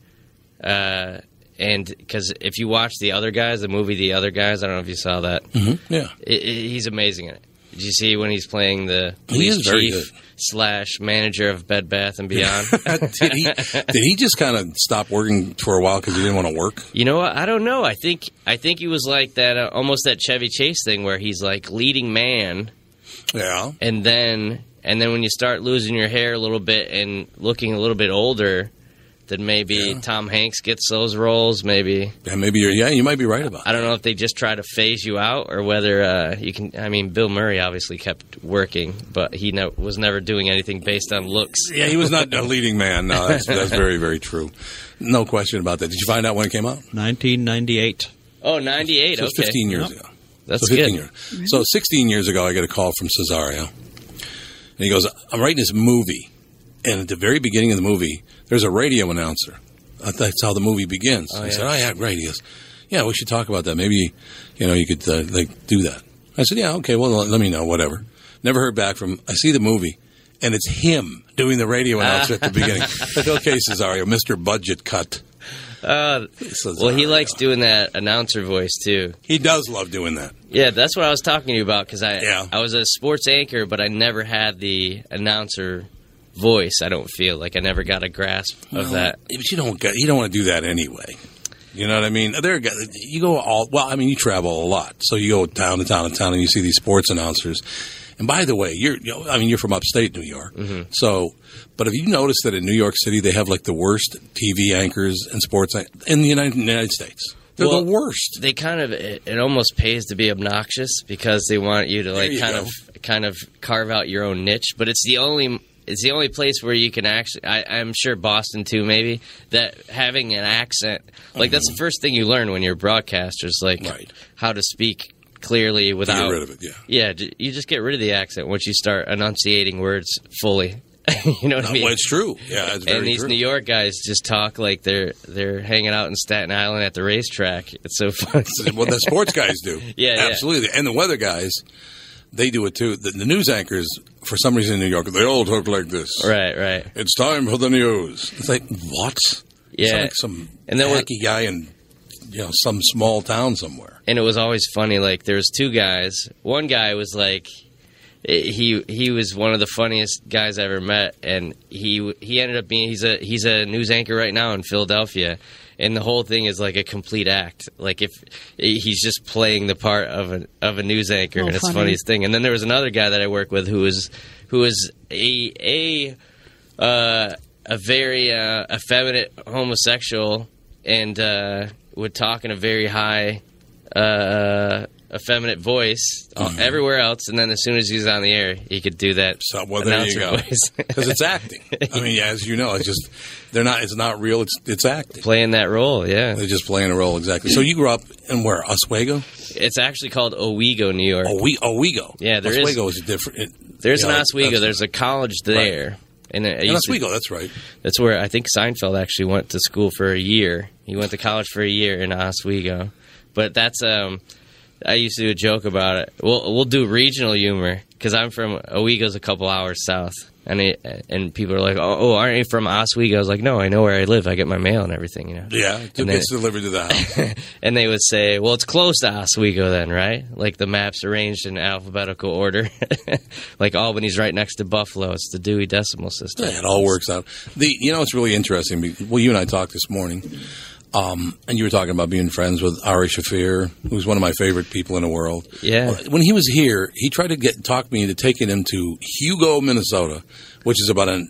S16: Uh, and because if you watch the other guys, the movie The Other Guys, I don't know if you saw that.
S1: Mhm, yeah.
S16: I- I- he's amazing in it. Did you see when he's playing the
S1: He
S16: police
S1: is very
S16: chief
S1: good.
S16: slash manager of Bed Bath and Beyond?
S1: did he? Did he just kind of stop working for a while because he didn't want to work?
S16: You know what? I don't know. I think I think he was like that, uh, almost that Chevy Chase thing where he's like leading man.
S1: Yeah.
S16: And then and then when you start losing your hair a little bit and looking a little bit older, then maybe Tom Hanks gets those roles. Maybe.
S1: Yeah, maybe you're. Yeah, you might be right about.
S16: I don't know if they just try to phase you out or whether uh, you can. I mean, Bill Murray obviously kept working, but he ne- was never doing anything based on looks.
S1: Yeah, he was not a leading man. No, uh, that's, that's very, very true. No question about that. Did you find out when it came out?
S18: 1998.
S16: Oh, 98.
S1: So it's
S16: okay.
S1: 15 years
S16: Yep.
S1: ago.
S16: That's
S1: so 15
S16: good.
S1: Years. So 16 years ago, I get a call from Cesario. And he goes, I'm writing this movie. And at the very beginning of the movie, there's a radio announcer. I thought That's how the movie begins.
S13: Oh,
S1: I
S13: yeah.
S1: said, oh, yeah, great. He goes, yeah, we should talk about that. Maybe, you know, you could, uh, like, do that. I said, yeah, okay, well, let me know, whatever. Never heard back from I see the movie, and it's him doing the radio announcer at the beginning. Like, okay, Cesario, Mr. Budget Cut.
S16: Uh, well, he likes doing that announcer voice too.
S1: He does love doing that.
S16: Yeah, that's what I was talking to you about because I I was a sports anchor, but I never had the announcer voice. I don't feel like I never got a grasp of
S1: Well,
S16: that.
S1: But you don't get, you don't want to do that anyway. You know what I mean? There, are guys- you go all. Well, I mean, you travel a lot, so you go town to town to town, and you see these sports announcers. And by the way, you're, you know, I mean, you're from upstate New York,
S16: Mm-hmm.
S1: so. But have you noticed that in New York City they have like the worst TV anchors and sports an- in the United, United States? They're the worst.
S16: They kind of it, it almost pays to be obnoxious because they want you to like
S1: you
S16: kind
S1: go.
S16: of kind of carve out your own niche. But it's the only it's the only place where you can actually. I, I'm sure Boston too, maybe that having an accent like that's
S1: Mm-hmm.
S16: the first thing you learn when you're a broadcaster is like how to speak clearly without
S1: rid of it, yeah.
S16: yeah. ju- You just get rid of the accent once you start enunciating words fully. you know what I
S1: No,
S16: mean?
S1: well, it's true. Yeah, it's very
S16: and these
S1: true.
S16: New York guys just talk like they're they're hanging out in Staten Island at the racetrack. It's so funny.
S1: what the sports guys do.
S16: Yeah, yeah.
S1: absolutely. And the weather guys, they do it too. The, the news anchors, for some reason in New York, they all talk like this.
S16: Right, right.
S1: It's time for the news. It's like what?
S16: Yeah.
S1: it's like some
S16: And
S1: and
S16: then
S1: then
S16: we're-
S1: wacky guy in you know some small town somewhere.
S16: and it was always funny. Like there was two guys. One guy was like, he he was one of the funniest guys I ever met, and he he ended up being he's a he's a news anchor right now in Philadelphia, and the whole thing is like a complete act. Like if he's just playing the part of a of a news anchor,
S19: Oh,
S16: and it's the
S19: funny.
S16: funniest thing. And then there was another guy that I work with who was who was a a uh, a very uh, effeminate homosexual and uh, would talk in a very high, uh, effeminate voice uh,
S1: Mm-hmm.
S16: everywhere else. And then as soon as he's on the air, he could do that.
S1: So, Well, there you go.
S16: Voice.
S1: Because it's acting. I mean, as you know, it's just they're not. It's not real. It's it's acting.
S16: Playing that role, yeah.
S1: They're just playing a role exactly. So you grew up in where Oswego?
S16: It's actually called Owego, New York.
S1: Owe- Owego.
S16: Yeah, there is.
S1: Oswego is a different. it-
S16: There's
S1: yeah,
S16: an
S1: that's-
S16: Oswego. There's a college there. And, it- I
S1: In
S16: used to-
S1: Oswego, that's right.
S16: That's where I think Seinfeld actually went to school for a year. He went to college for a year in Oswego. But that's um, I used to do a joke about it. We'll we'll do regional humor because I'm from Oswego's a couple hours south, and it, and people are like, oh, oh, aren't you from Oswego? I was like, no, I know where I live. I get my mail and everything, you know.
S1: Yeah, it
S16: And
S1: gets
S16: then-
S1: delivered to the house.
S16: and they would say, "Well, it's close to Oswego, then, right? Like the maps arranged in alphabetical order. like Albany's right next to Buffalo. It's the Dewey Decimal System.
S1: Yeah, it all works out. The you know it's really interesting. be- Well, you and I talked this morning Um, and you were talking about being friends with Ari Shafir, who's one of my favorite people in the world.
S16: Yeah.
S1: Well, When he was here, he tried to get talk me into taking him to Hugo, Minnesota, which is about a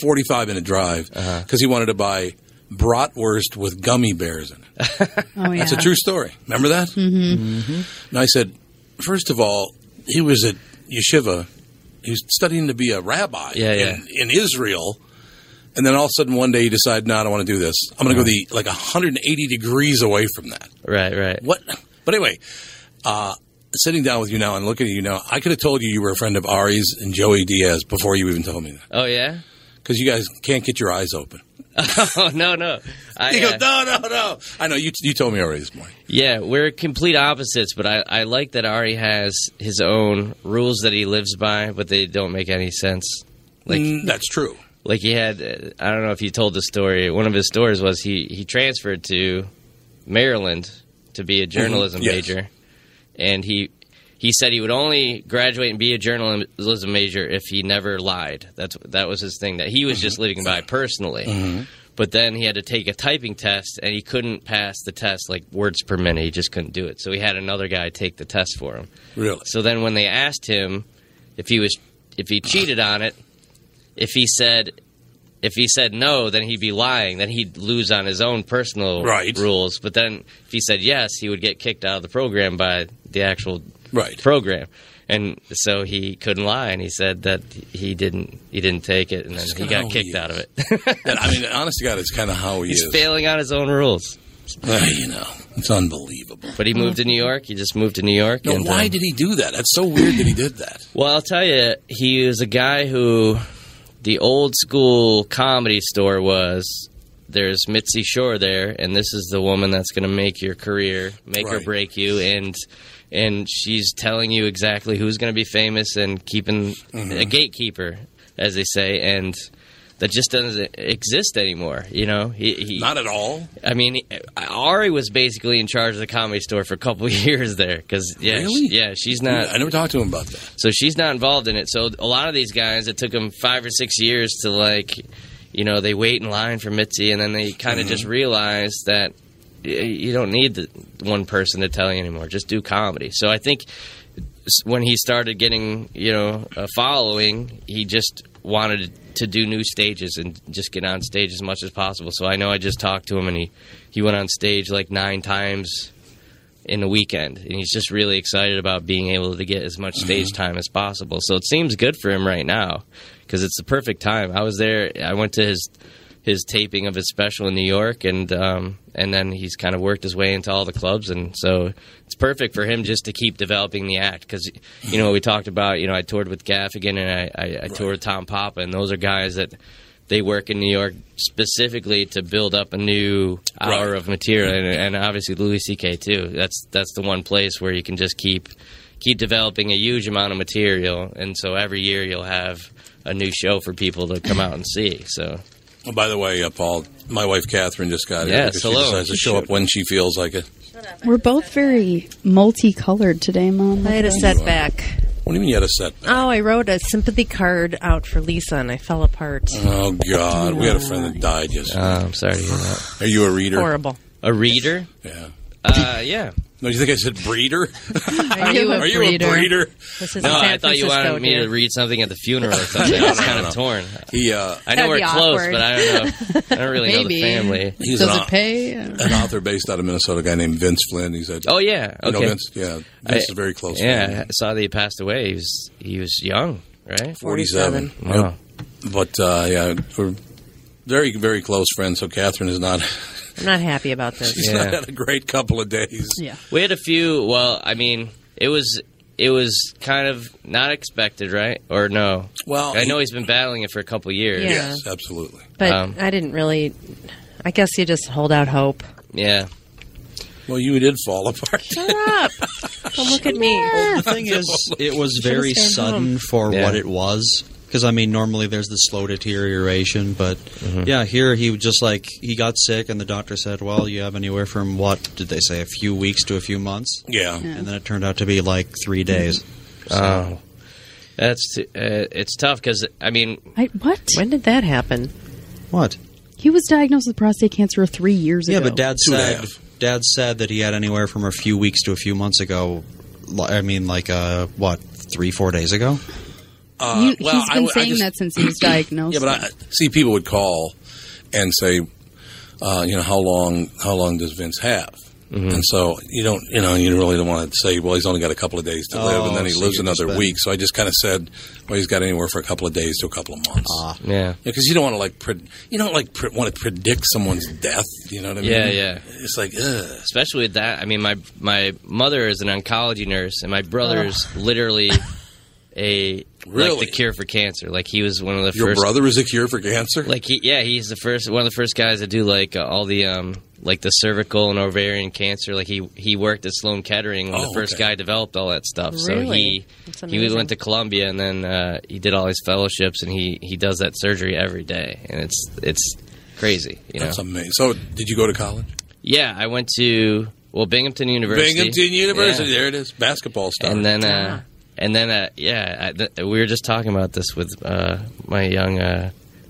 S1: 45 minute drive, because he wanted to buy bratwurst with gummy bears in it.
S18: Oh, yeah.
S1: That's a true story. Remember that?
S18: Mm-hmm.
S1: And I said, first of all, he was at yeshiva. He was studying to be a rabbi
S16: Yeah, yeah.
S1: In, in Israel. And then all of a sudden one day he decided, no, I don't want to do this. I'm going to go the like 180 degrees away from that.
S16: Right, right.
S1: What? But anyway, uh, sitting down with you now and looking at you now, I could have told you you were a friend of Ari's and Joey Diaz before you even told me that.
S16: Oh yeah.
S1: Because you guys can't get your eyes open.
S16: oh no, no. I,
S1: you go,
S16: uh,
S1: no, no, no. I know you. You told me already this morning.
S16: Yeah, we're complete opposites, but I, I like that Ari has his own rules that he lives by, but they don't make any sense. Like
S1: Mm, that's true.
S16: Like he had, uh, I don't know if you told the story. One of his stories was he he transferred to Maryland to be
S1: Mm-hmm.
S16: a journalism
S19: Mhm, yes.
S16: major, and he he said he would only graduate and be a journalism major if he never lied. That's that was his thing that he was
S1: Mm-hmm.
S16: just living by personally.
S19: Mhm.
S16: But then he had to take a typing test and he couldn't pass the test like words per minute. He just couldn't do it. So he had another guy take the test for him.
S1: Really?
S16: So then when they asked him if he was if he cheated on it, if he said if he said no, then he'd be lying. Then he'd lose on his own personal
S1: Right.
S16: rules. But then if he said yes, he would get kicked out of the program by the actual
S1: right.
S16: program. And so he couldn't lie, and he said that he didn't he didn't take it, and then he
S1: kinda how
S16: got
S1: he
S16: kicked out of it.
S1: That- I mean, honest to God, it's kind of how he
S16: He's
S1: is.
S16: failing on his own rules.
S1: you know, it's unbelievable.
S16: But he moved to New York. He just moved to New York.
S1: No,
S16: and,
S1: why
S16: um,
S1: did he do that? That's so weird that he did that.
S16: Well, I'll tell you, he was a guy who the old school comedy store was. There's Mitzi Shore there, and this is the woman that's going to make your career, make or
S19: Right.
S16: break you, and and she's telling you exactly who's going to be famous and keeping
S19: Mhm.
S16: a
S1: Mm-hmm.
S16: gatekeeper, as they say, and that just doesn't exist anymore. You know, he, he
S1: Not at all.
S16: I mean, Ari was basically in charge of the comedy store for a couple of years there because yeah,
S1: Really?
S16: she- yeah, she's not.
S1: I never talked to him about that.
S16: So she's not involved in it. So a lot of these guys, it took them five or six years to like, you know, they wait in line for Mitzi, and then they kind
S1: Mm-hmm.
S16: of
S19: Mhm.
S16: just realize that y- you don't need the one person to tell you anymore. Just do comedy. So I think s- when he started getting, you know, a following, he just wanted to do new stages and just get on stage as much as possible. So I know I just talked to him, and he he went on stage like nine times in a weekend, and he's just really excited about being able to get as much stage time as possible. So it seems good for him right now because it's the perfect time. I was there. I went to his his taping of his special in New York, and um, and then he's kind of worked his way into all the clubs, and so it's perfect for him just to keep developing the act because you know we talked about you know I toured with Gaffigan and I I, I toured with Tom Papa, and those are guys that. They work in New York specifically to build up a new hour of material, and, and obviously Louis C.K. too. That's that's the one place where you can just keep keep developing a huge amount of material, and so every year you'll have a new show for people to come out and see. So
S1: Oh, by the way, uh, Paul, my wife Catherine just got here.
S16: Yes,
S1: because
S16: hello.
S1: She decides to
S16: She
S1: show up when she feels like it.
S18: We're both very multicolored today, Mom.
S20: I had a setback.
S1: What do you mean you had a setback?
S20: Oh, I wrote a sympathy card out for Lisa and I fell apart.
S1: Oh God, we had a friend that died yesterday.
S16: Uh, I'm sorry to hear that.
S1: Are you a reader?
S20: Horrible.
S16: A reader?
S1: Yeah.
S16: Uh, yeah.
S1: No, you think I said breeder?
S16: Mm-hmm.
S20: Are you a
S1: Are you a
S20: breeder?
S1: breeder?
S20: This is
S16: no,
S20: in San
S16: I thought you
S20: Francisco,
S16: wanted me to
S20: dear.
S16: read something at the funeral or something. I was kind of torn.
S1: He, uh,
S16: I know
S20: That'd
S16: we're
S20: be
S16: close,
S20: awkward.
S16: but I don't know. I don't really know the
S20: Maybe.
S16: family.
S1: He's
S20: Does
S1: an
S20: it
S1: au-
S20: pay?
S1: An author based out of Minnesota, a guy named Vince Flynn. He's a
S16: Oh yeah.
S1: You
S16: Okay.
S1: know Vince? Yeah, Vince
S16: I-
S1: is very close.
S16: Yeah,
S1: friend.
S16: I saw that he passed away. He was he was young, right?
S1: 47.
S16: Wow.
S1: Yep. But uh, yeah, we're very, very close friends. So Catherine is not.
S20: I'm not happy about this.
S1: She's not had a great couple of days.
S20: Yeah.
S16: We had a few. Well, I mean, it was it was kind of not expected, right? Or no?
S1: Well,
S16: I know he's been battling it for a couple years.
S20: Yeah. Yes,
S1: absolutely.
S20: But
S16: Um,
S20: I didn't really. I guess you just hold out hope.
S16: yeah.
S1: Well, you did fall apart.
S20: Shut up! Don't look at me.
S4: Well, the thing is, it was
S20: Should've
S4: very
S20: stayed
S4: sudden
S20: home.
S4: for
S16: Yeah.
S4: what it was. Because I mean, normally there's the slow deterioration, but
S16: Mm-hmm.
S4: yeah, here he was just like he got sick, and the doctor said, "Well, you have anywhere from what did they say, a few weeks to a few months?"
S1: Yeah. Yeah.
S4: and then it turned out to be like three days.
S16: Oh. That's t- uh, it's tough because I mean
S20: I, what? When did that happen?
S4: What?
S18: He was diagnosed with prostate cancer three years
S4: yeah,
S18: ago.
S4: but Dad said Dad said that he had anywhere from a few weeks to a few months ago. li- I mean, like uh, what three, four days ago?
S16: Uh,
S18: You-
S1: Uh, well,
S18: he's
S1: I
S18: been
S1: w- I
S18: saying
S1: just-
S18: that since he was diagnosed.
S1: Yeah, but I I see people would call and say, uh, you know, how long how long does Vince have?
S16: Mm-hmm.
S1: And so you don't, you know, you really don't want to say, well, he's only got a couple of days to live, and then
S4: Oh,
S1: he
S4: so
S1: lives
S4: you're just
S1: another
S4: better.
S1: week. So I just kind of said, well, he's got anywhere for a couple of days to a couple of months.
S4: Ah,
S16: yeah.
S1: Because you don't want to like, pred- you don't like pre- want to predict someone's death. You know what I mean?
S16: Yeah, yeah.
S1: It's like, ugh.
S16: Especially with that. I mean, my my mother is an oncology nurse, and my brother's literally a like
S1: Really?
S16: the cure for cancer. Like he was one of the
S1: Your
S16: first.
S1: brother is a cure for cancer.
S16: Like he, yeah, he's the first one of the first guys that do like uh, all the um like the cervical and ovarian cancer. Like he he worked at Sloan Kettering when
S1: Oh,
S16: the first
S1: okay.
S16: guy developed all that stuff. So
S1: Really?
S16: he
S1: That's
S16: he
S1: amazing.
S16: went to Columbia and then uh, he did all his fellowships and he he does that surgery every day and it's it's crazy. You know?
S1: That's amazing. So, did you go to college?
S16: Yeah, I went to well Binghamton University.
S1: Binghamton University.
S16: Yeah.
S1: There it is. Basketball star.
S16: And then, uh, and then, uh, yeah, I, th- we were just talking about this with uh, my young uh,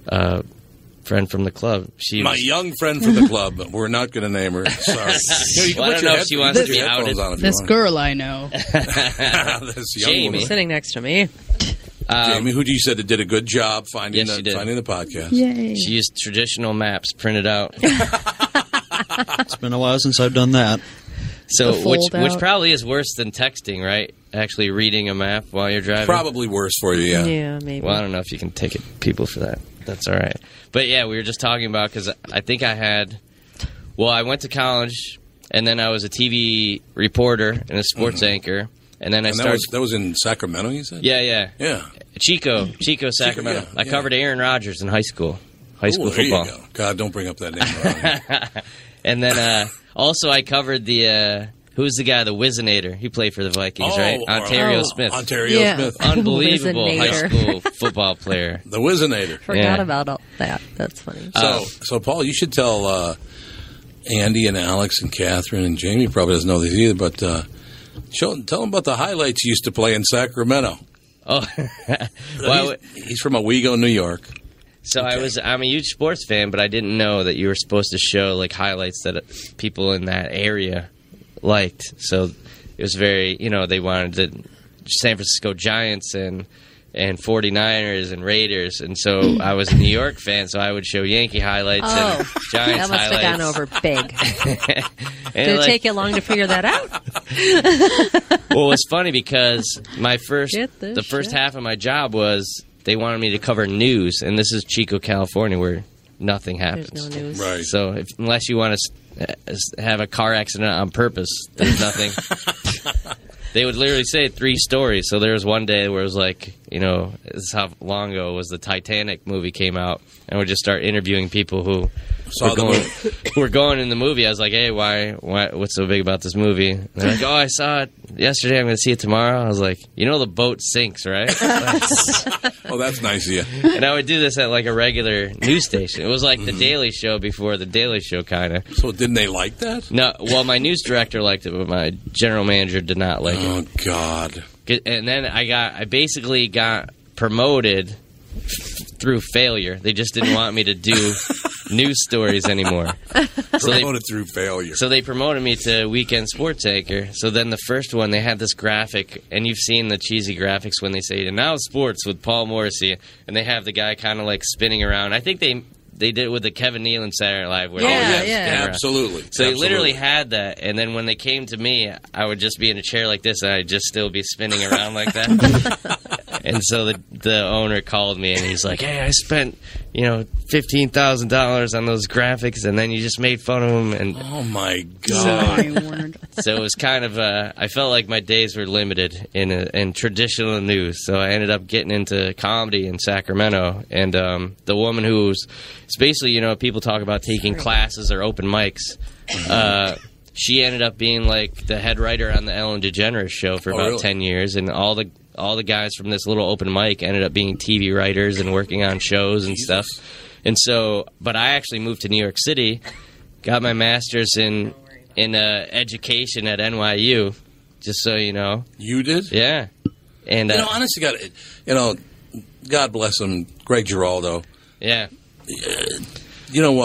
S16: uh, friend from the club. She
S1: My
S16: was-
S1: young friend from the club. We're not going to name her. Sorry. You can
S16: Well, I don't know
S1: put your
S16: if
S1: head-
S16: she
S1: you can
S16: wants
S1: put
S16: to be
S1: your
S16: outed.
S1: headphones on if you
S20: This
S1: want.
S20: girl I know.
S1: This young
S20: Jamie.
S1: woman.
S20: Sitting next to me.
S16: Um,
S1: Jamie, who you said that did a good job finding
S16: Yes, she
S1: the,
S16: did.
S1: finding the podcast.
S18: Yay.
S16: She used traditional maps printed out.
S4: It's been a while since I've done that.
S16: So,
S4: The
S16: which
S4: fold
S16: which
S4: out.
S16: probably is worse than texting, right? Actually, reading a map while you're driving
S1: Probably worse for you. Yeah.
S20: Yeah, maybe.
S16: Well, I don't know if you can take it people for that. That's all right. But yeah, we were just talking about because I think I had. Well, I went to college, and then I was a TV reporter and a sports
S1: Mhm.
S16: anchor, and then I
S1: And that
S16: started.
S1: was, that was in Sacramento, you said?
S16: yeah, yeah,
S1: Yeah. Mm-hmm.
S16: Chico, Chico, Sacramento.
S1: yeah,
S16: I
S1: yeah.
S16: covered Aaron Rodgers in high school, high school
S1: Ooh, there you
S16: football.
S1: go. God, don't bring up that name.
S16: and then uh, also I covered the uh, who's the guy, the Wizinator. He played for the Vikings,
S1: Oh,
S16: right?
S1: or-
S16: Ontario
S1: oh,
S16: Smith.
S1: Ontario Yeah. Smith.
S16: unbelievable high
S1: Wizinator.
S16: school football player.
S1: the Wizinator.
S16: Forgot Yeah. Uh,
S1: about
S20: all that. That's funny.
S1: So, so Paul, you should tell uh, Andy and Alex and Catherine and Jamie probably doesn't know this either, but uh, show, tell them about the highlights you used to play in Sacramento.
S16: Oh, well,
S1: he's, he's from Owego, New York.
S16: So I was I'm a huge sports fan, but I didn't know that you were supposed to show like highlights that people in that area liked. So it was very you know they wanted the San Francisco Giants and and 49ers and Raiders and so I was a New York fan so I would show Yankee highlights and
S20: Oh,
S16: Giants
S20: that must
S16: highlights.
S20: have gone over big.
S16: And,
S20: Did it
S16: like,
S20: take you long to figure that out?
S16: well, it's funny because my first
S20: Get
S16: the
S20: this
S16: first
S20: shit.
S16: half of my job was they wanted me to cover news, and this is Chico, California, where nothing happens.
S20: no news.
S1: Right.
S16: So if, unless you want to uh, have a car accident on purpose, there's nothing. they would literally say three stories. So there was one day where it was like, you know, this is how long ago it was the Titanic movie came out, and we would just start interviewing people who
S1: Saw
S16: were
S1: the
S16: going,
S1: movie.
S16: who were going in the movie. I was like, hey, why, why, what's so big about this movie? And they're like, oh, I saw it yesterday. I'm going to see it tomorrow. I was like, you know, the boat sinks, right?
S1: Oh, that's nice of you.
S16: and I would do this at like a regular news station. It was like the Daily Show before the Daily Show, kind of.
S1: Mm-hmm. So didn't they like that?
S16: No, well, my news director liked it, but my general manager did not like it.
S1: Oh God!
S16: And then I got, I basically got promoted through failure. They just didn't want me to do news stories anymore. So they-
S1: Promoted through failure.
S16: So they promoted me to weekend sports anchor. So then the first one they had this graphic, and you've seen the cheesy graphics when they say and now sports with Paul Morrissey, and they have the guy kind of like spinning around. I think they they did it with the Kevin Nealon Saturday Night Live. Where
S1: Oh,
S16: they
S1: yeah,
S16: spin
S1: yeah.
S16: around.
S1: Absolutely.
S16: So they
S1: Absolutely.
S16: literally had that, and then when they came to me, I would just be in a chair like this, and I'd just still be spinning around like that. and so the the owner called me, and he's like, "Hey, I spent you know fifteen thousand dollars on those graphics, and then you just made fun of them." And
S1: oh my
S16: god! so it was kind of uh, I felt like my days were limited in uh in traditional news, so I ended up getting into comedy in Sacramento. And um, the woman who's it's basically you know people talk about taking classes or open mics. Uh, she ended up being like the head writer on the Ellen DeGeneres show for
S1: Oh,
S16: about
S1: really?
S16: ten years, and all the all the guys from this little open mic ended up being TV writers and working on shows and stuff. And so, but I actually moved to New York City, got my master's in in uh, education at NYU. Just so you know,
S1: you did,
S16: yeah. And
S1: you
S16: uh,
S1: know, honestly, God, you know, God bless him, Greg Giraldo.
S16: yeah,
S1: You know, uh,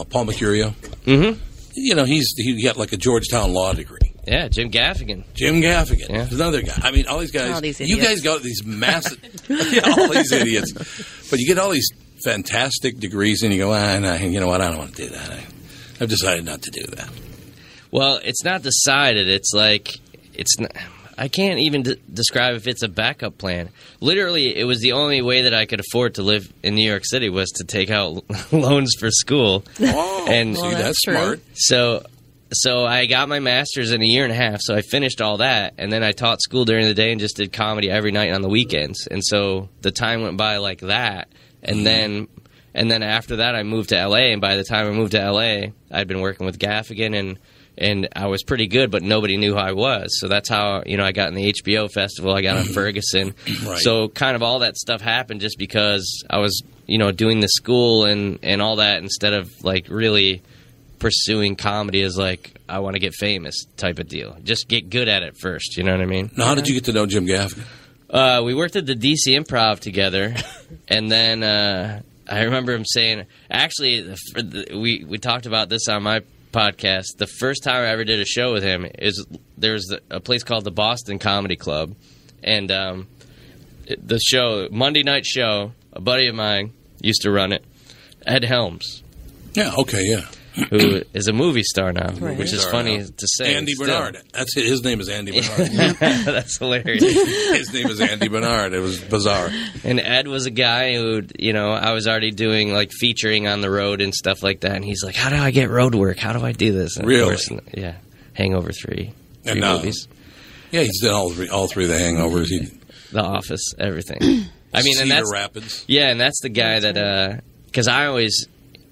S1: uh, Paul Mercurio. Mm-hmm. You know, he's he got like a Georgetown law degree.
S16: Yeah, Jim Gaffigan.
S1: Jim Gaffigan, another guy. I mean, all these guys.
S16: All these
S1: you
S16: idiots.
S1: guys got these massive, yeah,
S10: Oh,
S1: all these idiots. But you get all these fantastic degrees, and you go, ah, nah, you know what? I don't want to do that. I, I've decided not to do that.
S16: Well, it's not decided. It's like it's. Not, I can't even d- describe if it's a backup plan. Literally, it was the only way that I could afford to live in New York City was to take out loans for school.
S1: Oh,
S16: and
S1: see, Well, that's that's true. smart.
S16: So, so I got my master's in a year and a half. So I finished all that, and then I taught school during the day and just did comedy every night on the weekends. And so the time went by like that,
S1: Mm-hmm.
S16: and then and then after that, I moved to LA. And by the time I moved to LA, I'd been working with Gaffigan, and and I was pretty good, but nobody knew who I was. So that's how you know I got in the HBO festival. I got on Ferguson.
S10: Right.
S16: So kind of all that stuff happened just because I was you know doing the school and and all that instead of like really pursuing comedy as like I want to get famous type of deal. Just get good at it first. You know what I mean?
S1: Now, how did you get to know Jim Gaffigan?
S16: Uh, we worked at the DC Improv together, and then uh, I remember him saying, "Actually, the, f- the, we we talked about this on my podcast. The first time I ever did a show with him is there was a place called the Boston Comedy Club, and um, it- the show Monday night show. A buddy of mine used to run it, Ed Helms.
S1: Yeah. Okay. Yeah.
S16: Who is a movie star now,
S1: Right.
S16: which is
S1: Star
S16: funny
S1: now.
S16: to say.
S1: Andy
S16: still.
S1: Bernard. That's it. His name is Andy Bernard.
S16: That's hilarious.
S1: His name is Andy Bernard. It was bizarre.
S16: And Ed was a guy who, you know, I was already doing like featuring on the road and stuff like that. And he's like, "How do I get road work? How do I do this?" And of
S1: Really?
S16: course, yeah. Hangover three, three
S1: And now-
S16: movies,
S1: Yeah, he's done all three, all three of the Hangovers. He,
S16: The Office, everything. I mean,
S1: Cedar
S16: and that's
S1: Rapids.
S16: Yeah, and that's the guy that because I always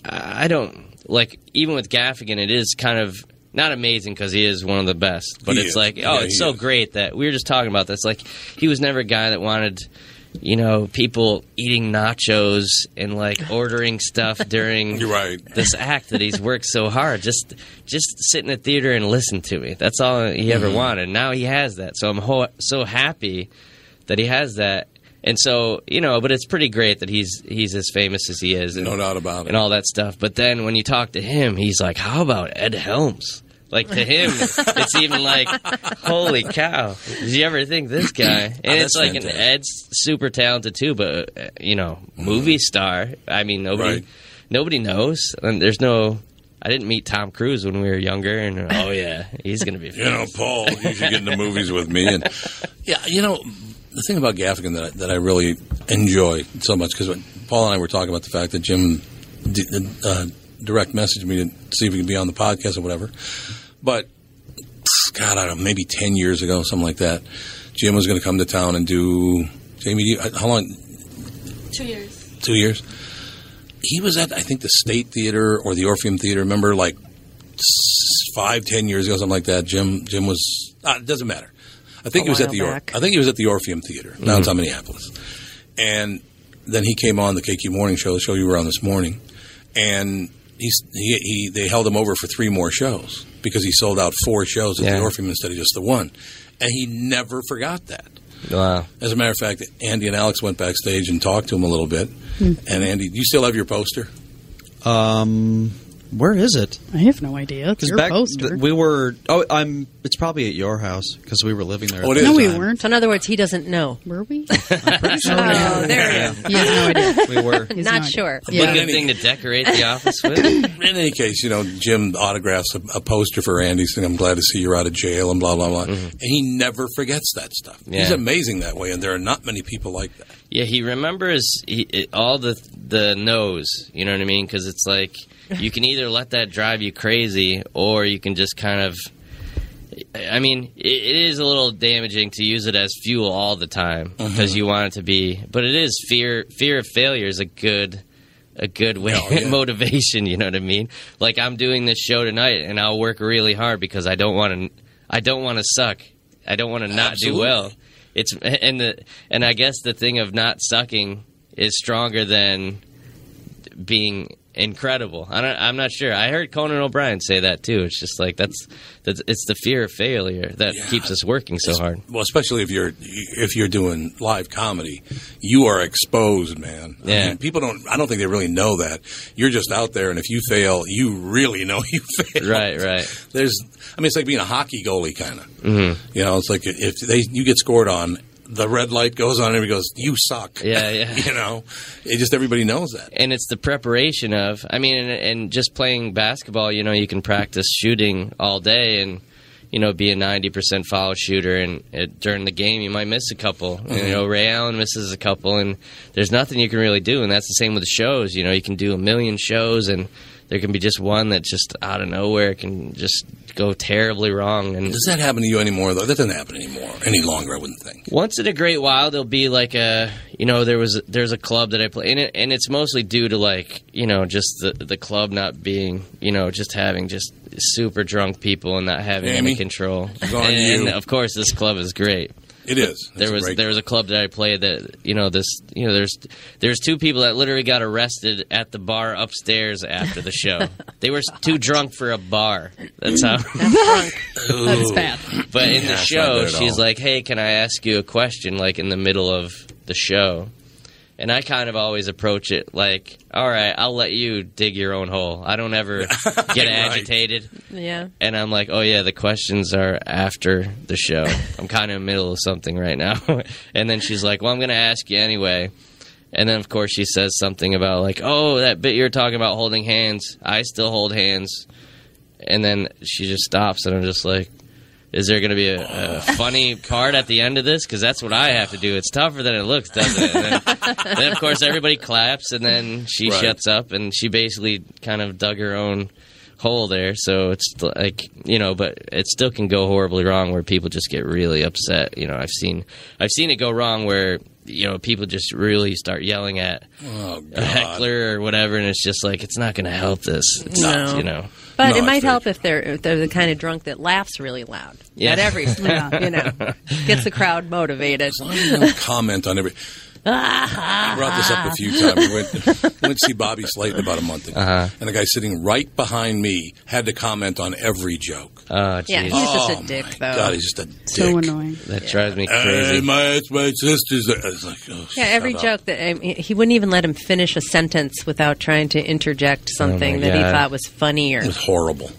S16: I I don't like even with Gaffigan, it is kind of not amazing because he is one of the best. But
S10: He
S16: it's
S10: is.
S16: like, oh,
S10: Yeah,
S16: it's
S10: he
S16: so great that we were just talking about this. Like, he was never a guy that wanted. You know, people eating nachos and like ordering stuff during this act that he's worked so hard. Just, just sit in the theater and listen to me. That's all he ever
S10: Mhm.
S16: wanted. Now he has that, so I'm ho- so happy that he has that. And so, you know, but it's pretty great that he's he's as famous as he is. And, no
S1: doubt about it.
S16: And all that stuff. But then when you talk to him, he's like, how about Ed Helms? Like to him, it's even like, holy cow! Did you ever think this guy? And
S10: Oh,
S16: it's
S10: that's
S16: like
S10: fantastic.
S16: an Ed's super talented too, but uh, you know, movie star. I mean, nobody,
S10: Right.
S16: nobody knows. And there's no. I didn't meet Tom Cruise when we were younger, and oh yeah, he's gonna be.
S1: You know,
S16: famous.
S1: Paul, you should get into movies with me. And yeah, you know, the thing about Gaffigan that I, that I really enjoy so much because Paul and I were talking about the fact that Jim d- uh, direct messaged me to see if he could be on the podcast or whatever. But God, I don't know, maybe ten years ago, something like that. Jim was going to come to town and do Jamie. Do you, uh, how long?
S18: Two years.
S1: Two years. He was at I think the State Theater or the Orpheum Theater. Remember, like s- five, ten years ago, something like that. Jim, Jim was. Uh, it doesn't matter. I think
S10: A
S1: he was at
S10: while
S1: the. Or-
S10: back.
S1: I think he was at the Orpheum Theater. Now it's
S10: Mhm.
S1: on Minneapolis, and then he came on the KQ Morning Show, the show you were on this morning, and he's, he he they held him over for three more shows because he sold out four shows at
S16: Yeah.
S1: the Orpheum instead of just the one, and he never forgot that.
S16: Wow.
S1: As a matter of fact, Andy and Alex went backstage and talked to him a little bit.
S9: Hmm.
S1: And Andy, do you still have your poster?
S4: Um, where is it?
S9: I have no idea. It's
S4: 'Cause
S9: your
S4: back
S9: poster.
S4: th- we were. Oh, I'm. It's probably at your house because we were living there.
S9: Oh,
S4: at
S9: it
S4: the
S9: is. No, we
S4: time.
S20: So in other words, he doesn't know.
S9: Were we?
S20: oh, there it
S4: Yeah.
S20: is.
S9: He has no idea.
S4: We were.
S9: He's
S20: Not
S9: no idea.
S20: sure.
S1: Yeah.
S16: Good thing to decorate the office with.
S1: In any case, you know, Jim autographs a, a poster for Andy saying, I'm glad to see you're out of jail and blah, blah, blah. And he never forgets that stuff. He's
S16: Yeah.
S1: amazing that way, and there are not many people like that.
S16: Yeah, he remembers he, it, all the the no's. You know what I mean? Because it's like you can either let that drive you crazy, or you can just kind of. I mean, it, it is a little damaging to use it as fuel all the time
S1: Mm-hmm.
S16: because you want it to be. But it is fear. Fear of failure is a good. A good way
S1: Oh,
S16: motivation, you know what I mean? Like I'm doing this show tonight, and I'll work really hard because I don't want to. I don't want to suck. I don't want to not
S10: Absolutely.
S16: do well. It's and the and I guess the thing of not sucking is stronger than being incredible. I don't, I'm not sure. I heard Conan O'Brien say that too. It's just like that's that's it's the fear of failure that keeps us working so hard.
S1: Well, especially if you're if you're doing live comedy, you are exposed, man. I
S16: Yeah.
S1: mean, people don't. I don't think they really know that. You're just out there, and if you fail, you really know you failed.
S16: Right, right.
S1: There's. I mean, it's like being a hockey goalie, kind of.
S16: Mm-hmm.
S1: You know, it's like if they you get scored on, the red light goes on, and everybody goes, "You suck."
S16: Yeah, yeah.
S1: you know, it just everybody knows that.
S16: And it's the preparation of, I mean, and, and just playing basketball, you know, you can practice shooting all day and, you know, be a 90% foul shooter. And it, during the game, you might miss a couple. You
S1: Mm-hmm.
S16: know, Ray Allen misses a couple, and there's nothing you can really do. And that's the same with shows. You know, you can do a million shows, and there can be just one that just out of nowhere can just go terribly wrong. And
S1: Does that happen to you anymore? Though that doesn't happen anymore any longer. I wouldn't think.
S16: once in a great while, there'll be like a you know there was there's a club that I play in it, and it's mostly due to like you know just the the club not being you know just having just super drunk people and not having
S1: Amy,
S16: any control.
S1: it's
S16: And,
S1: on you.
S16: and of course, this club is great.
S1: It is. It's
S16: There
S1: a
S16: was
S1: great
S16: there was a club that I played that you know this you know there's there's two people that literally got arrested at the bar upstairs after the show. they were too drunk for a bar. That's how.
S1: That's bad.
S16: But in the
S1: Yeah, it's not good
S16: show,
S1: at
S16: she's
S1: all.
S16: like, "Hey, can I ask you a question?" Like in the middle of the show, and I kind of always approach it like, "All right, I'll let you dig your own hole. I don't ever get agitated."
S20: Yeah.
S16: And I'm like, "Oh yeah, the questions are after the show. I'm kind of in the middle of something right now." and then she's like, "Well, I'm going to ask you anyway." And then of course she says something about like, "Oh, that bit you were talking about holding hands. I still hold hands." and then she just stops, and I'm just like, "Is there going to be a, a funny part at the end of this? Because that's what I have to do. It's tougher than it looks, doesn't it?" And then, then, of course everybody claps, and then she
S4: Right.
S16: shuts up, and she basically kind of dug her own hole there. So it's like you know, but it still can go horribly wrong where people just get really upset. You know, I've seen I've seen it go wrong where you know people just really start yelling at
S1: Oh,
S16: a heckler or whatever, and it's just like it's not going to help this. It's not, you know.
S20: But it might help if they're if they're the kind of drunk that laughs really loud
S16: Yeah.
S20: at every you know gets the crowd motivated.
S1: don't comment on every. I brought this up a few times. We went, we went to see Bobby Slayton about a month ago,
S16: Uh-huh.
S1: and the guy sitting right behind me had to comment on every joke.
S16: Oh,
S20: Yeah, he's just a dick though.
S1: God, he's just a
S18: So annoying.
S16: That drives me
S1: crazy.
S16: crazy.
S1: my it's my sister's. there." I was like, oh,
S20: yeah, every
S1: shut up.
S20: joke that I mean, he wouldn't even let him finish a sentence without trying to interject
S1: Oh,
S20: something that he
S16: God.
S20: thought was funnier.
S1: horrible.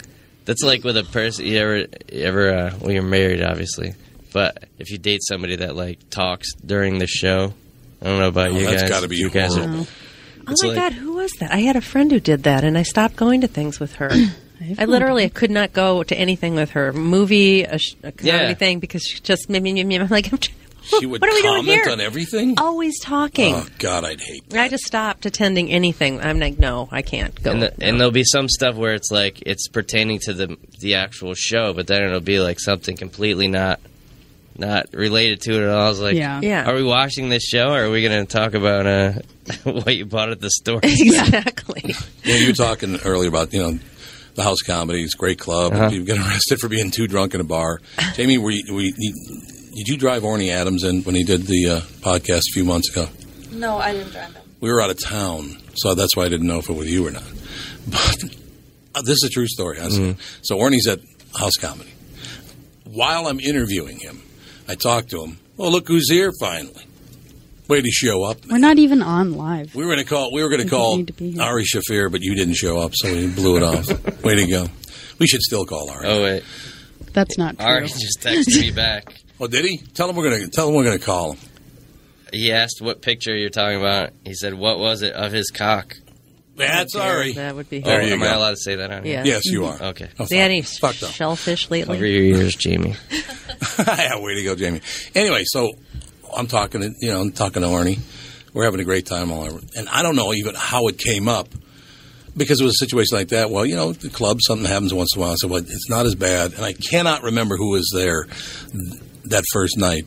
S16: That's like with a person you ever you ever uh, well you're married obviously, but if you date somebody that like talks during the show, I don't know about
S1: Oh,
S16: you
S1: that's
S16: guys.
S1: gotta be
S16: you guys are-
S1: horrible.
S20: Oh
S16: It's
S20: my
S16: like-
S20: God, who was that? I had a friend who did that, and I stopped going to things with her. I literally could not go to anything with her, movie, a, sh- a comedy
S1: Yeah.
S20: thing, because she just me me me me. I'm like, I'm tr-
S1: She would
S20: what are we doing
S1: comment
S20: here?
S1: on everything.
S20: Always talking.
S1: Oh God, I'd hate.
S20: I just stopped attending anything. I'm like, no, I can't go.
S16: And, the, and there'll be some stuff where it's like it's pertaining to the the actual show, but then it'll be like something completely not not related to it at all. I was like,
S20: Yeah. Yeah.
S16: Are we watching this show? or Are we going to talk about uh, what you bought at the store?
S20: exactly.
S1: Well, you were talking earlier about you know the house comedies, great club.
S16: Uh-huh.
S1: You get arrested for being too drunk in a bar. Jamie, were you, were you, did you drive Orny Adams in when he did the uh, podcast a few months ago?
S21: No, I didn't drive them.
S1: We were out of town, so that's why I didn't know if it was you or not. But uh, this is a true story. honestly. So Orny's at house comedy. While I'm interviewing him, I talk to him. Oh, look who's here finally! Way to show up.
S18: We're not even on live.
S1: We were gonna call. We were
S18: I
S1: gonna
S18: didn't
S1: call
S18: need to be here.
S1: Ari Shafir, but you didn't show up, so we blew it off. Way to go. We should still call Ari.
S16: Oh wait,
S18: That's not true.
S16: Ari just texted me back.
S1: Oh, did he? Tell him we're gonna tell him we're gonna call him.
S16: He asked what picture you're talking about. He said, "What was it of his cock?"
S1: That's
S20: dear,
S1: Ari.
S20: that would be-
S16: Oh,
S20: There you
S16: am
S20: go.
S16: I allowed to say that on here?
S20: Yeah. Yes, you
S1: are.
S18: Oh,
S16: Okay.
S20: See any shellfish lately?
S16: Over your ears, Jamie.
S1: yeah, way to go, Jamie. Anyway, so I'm talking to you know I'm talking to Arnie. We're having a great time all over, and I don't know even how it came up because it was a situation like that. Well, you know, the club something happens once in a while, so well, it's not as bad. And I cannot remember who was there th- that first night.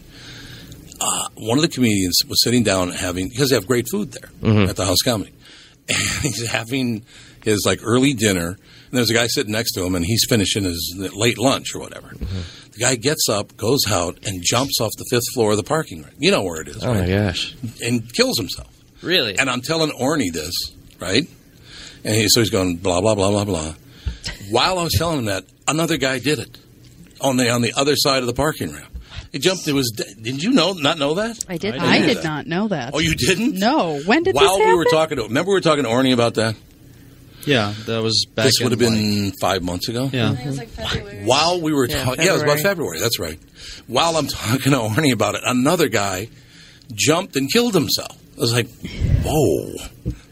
S1: Uh, one of the comedians was sitting down having because they have great food there
S16: Mm-hmm.
S9: Mhm.
S1: at the house comedy, and he's having his like early dinner. And there's a guy sitting next to him, and he's finishing his late lunch or whatever. The guy gets up, goes out, and jumps off the fifth floor of the parking lot. You know where it is,
S16: Oh
S1: right?
S16: my gosh.
S1: And kills himself.
S16: Really?
S1: And I'm telling Orny this, right? And he, so he's going blah blah blah blah blah. While I was telling him that, another guy did it on the on the other side of the parking ramp. He jumped. It was. Did you know? Not know that?
S18: I did.
S1: not.
S18: I
S1: know
S18: did
S1: that.
S18: not know that.
S1: Oh, you didn't?
S18: No. When did this
S1: While
S18: happen?
S1: we were talking to, remember we were talking to Orny about that.
S4: Yeah, that was back.
S1: This
S4: in,
S1: would have been five months ago.
S4: Yeah.
S1: it was like February. While we were
S4: Yeah,
S1: talking, yeah, it was about
S4: February.
S1: February. That's right. While I'm talking to Orny about it, another guy jumped and killed himself. I was like, whoa,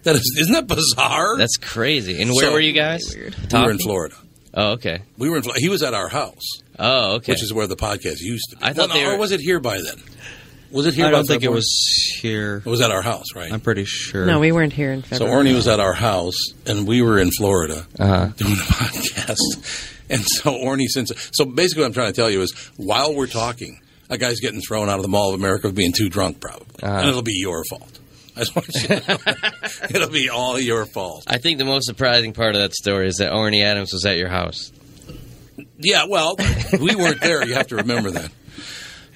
S1: that is, isn't that bizarre?
S16: That's crazy. And where
S1: So-
S16: were you guys?
S1: We were in Florida.
S16: Oh, okay.
S1: We were in. Fl- He was at our house.
S16: Oh, okay.
S1: Which is where the podcast used to be.
S16: I thought
S1: Well,
S16: they
S1: or
S16: were-
S1: was it here by then? Was it here?
S4: I
S1: by
S4: don't think it
S1: February?
S4: was here.
S1: It was at our house, right?
S4: I'm pretty sure.
S20: No, we weren't here in
S1: So
S20: February.
S1: Orny was at our house, and we were in Florida
S4: Oh.
S16: Uh-huh.
S1: doing a podcast. And so Orny, since so basically, what I'm trying to tell you is, while we're talking, a guy's getting thrown out of the Mall of America for being too drunk, probably,
S4: Uh.
S1: and it'll be your fault. I just want you to know. it'll be all your fault.
S16: I think the most surprising part of that story is that Orny Adams was at your house.
S1: Yeah, well, we weren't there. You have to remember that.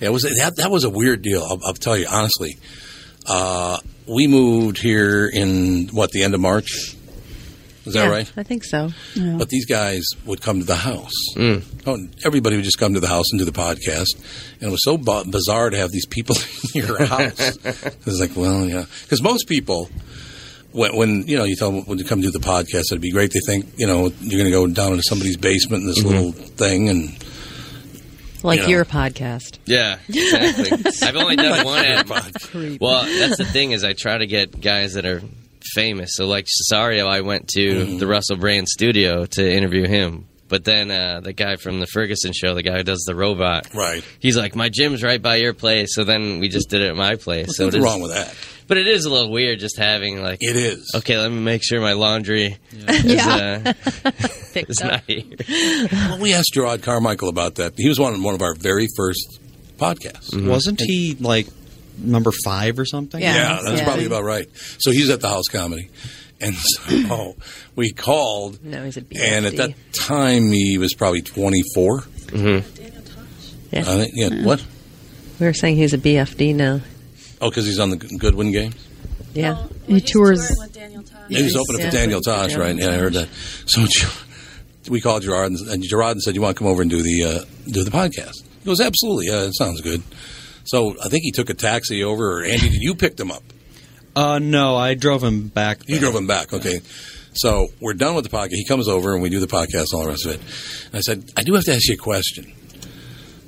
S1: Yeah, it was that, that was a weird deal. I'll, I'll tell you honestly. Uh, we moved here in what the end of March. Is that
S20: Yeah,
S1: right?
S20: I think so.
S1: But these guys would come to the house. Oh, and everybody would just come to the house and do the podcast. And it was so bu- bizarre to have these people in your house. it was like, well, yeah. Because most people, when, when, you know, you tell them when you come do the podcast, it'd be great. They think, you know, you're going to go down into somebody's basement in this little thing and.
S20: like
S1: you know.
S20: your podcast.
S16: Yeah, exactly. I've only done one ad.
S20: Creep.
S16: Well, that's the thing is I try to get guys that are famous. So like Cesario, I went to
S1: Mm.
S16: the Russell Brand studio to interview him. But then uh, the guy from the Ferguson show, the guy who does the robot,
S1: right?
S16: He's like, my gym's right by your place. So then we just did it at my place.
S1: What's
S16: so it is-
S1: wrong with that?
S16: But it is a little weird just having like
S1: it is.
S16: Okay, let me make sure my laundry
S20: Yeah.
S16: is, uh, is not here.
S1: Well, we asked Gerard Carmichael about that. He was on one of our very first podcasts.
S4: Mm-hmm. Wasn't he like number five or something?
S1: Yeah, that's probably about right. So he's at the house comedy. And so we called.
S20: No, he's a BFD.
S1: And at that time, he was probably 24. Mm-hmm.
S20: Yeah.
S1: yeah. What?
S20: We were saying he's a BFD now.
S1: Oh, because he's on the Goodwin game?
S20: Yeah.
S18: he tours.
S1: He was opening for Daniel Tosh, right? Yeah, I heard that. So Ger- we called Gerard, and, and Gerard and said, "You want to come over and do the uh, do the podcast?" He goes, "Absolutely, yeah, it sounds good." So I think he took a taxi over, or Andy, did you picked him up?
S4: Uh, no, I drove him back.
S1: You drove him back, okay? So we're done with the podcast. He comes over, and we do the podcast, and all the rest of it. And I said, "I do have to ask you a question."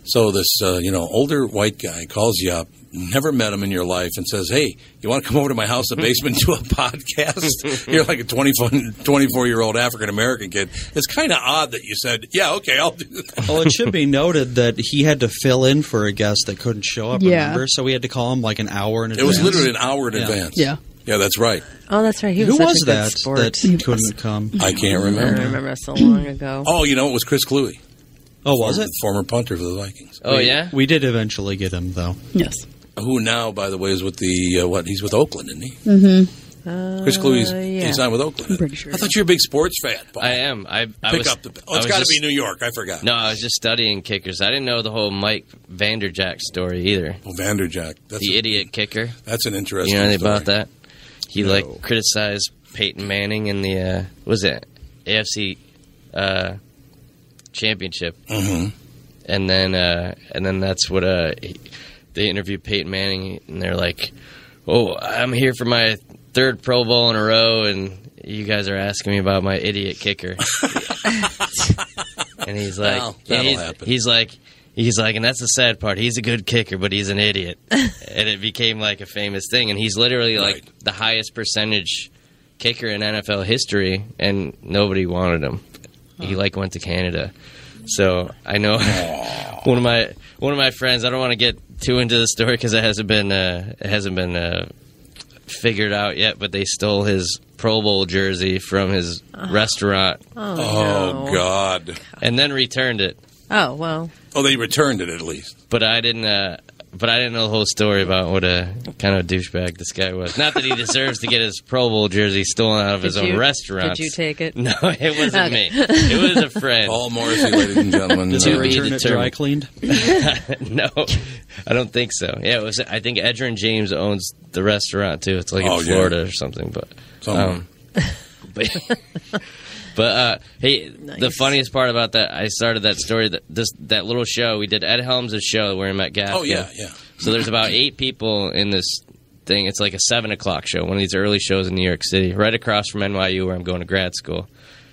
S1: So this, uh, you know, older white guy calls you up, never met him in your life, and says, "Hey, you want to come over to my house, the basement, do a podcast?" You're like a 24 year old African American kid. It's kind of odd that you said, "Yeah, okay, I'll do that."
S4: well, it should be noted that he had to fill in for a guest that couldn't show up.
S1: Yeah.
S4: Remember, so we had to call him like an hour in
S1: It
S4: advance.
S1: was literally an hour in advance.
S4: Yeah.
S1: yeah, that's right.
S20: Oh, that's right. He was
S4: Who
S20: such
S4: was
S20: a good
S4: that
S20: sport.
S4: that couldn't come?
S1: I can't remember.
S20: I remember so long ago.
S1: Oh, you know, it was Chris Cluey.
S4: Oh, was
S1: former,
S4: it?
S1: former punter for the Vikings?
S4: We- we did eventually get him though.
S18: Yes.
S1: Who now, by the way, is with the uh, what? He's with Oakland, isn't he?
S20: Mm-hmm. Uh,
S1: Chris Cluey's
S20: yeah.
S1: he's signed with Oakland. I'm pretty sure. I thought you were a big sports fan.
S16: I am. I, I
S1: Pick
S16: was,
S1: up the.
S16: I
S1: Oh, it's
S16: was
S1: got to
S16: just-
S1: be New York. I forgot.
S16: No, I was just studying kickers. I didn't know the whole Mike Vanderjack story either.
S1: Oh, Vanderjack, that's
S16: the idiot kicker.
S1: That's an interesting.
S16: You know anything
S1: story.
S16: about that? He like criticized Peyton Manning in the uh, what was it AFC uh, championship,
S1: Mhm.
S16: and then uh, and then that's what uh, he- they interviewed Peyton Manning, and they're like, "Oh, I'm here for my third Pro Bowl in a row, and you guys are asking me about my idiot kicker." and he's like,
S1: Well,
S16: and he's,
S1: that'll happen.
S16: he's like, he's like, and that's the sad part. He's a good kicker, but he's an idiot. and it became like a famous thing. And he's literally like the highest percentage kicker in NFL history, and nobody wanted him. He like went to Canada. So I know one of my one of my friends. I don't want to get too into the story because it hasn't been uh, it hasn't been uh, figured out yet. But they stole his Pro Bowl jersey from his restaurant.
S20: Oh,
S1: Oh, no. God!
S16: And then returned it.
S20: Oh, well.
S1: Oh, they returned it at least.
S16: But I didn't. Uh, but I didn't know the whole story about what a kind of douchebag this guy was. Not that he deserves to get his Pro Bowl jersey stolen out of his
S20: Did
S16: own
S20: you-
S16: restaurant.
S20: did you take it?
S16: No, it wasn't me.
S20: Okay.
S16: It was a friend.
S1: Paul Morrissey, ladies and gentlemen.
S4: Did
S16: To
S4: they
S16: be
S4: return it dry
S16: determined.
S4: cleaned?
S16: no, I don't think so. Yeah, it was. I think Edgerrin James owns the restaurant too. It's like
S1: Oh,
S16: in
S1: yeah.
S16: Florida or something. But
S1: Somewhere.
S16: um, but but uh, hey, the funniest part about that, I started that story that this that little show we did Ed Helms' show where he met Gaff.
S19: Oh, yeah, yeah.
S16: So there's about eight people in this thing. It's like a seven o'clock show, one of these early shows in New York City, right across from NYU where I'm going to grad school.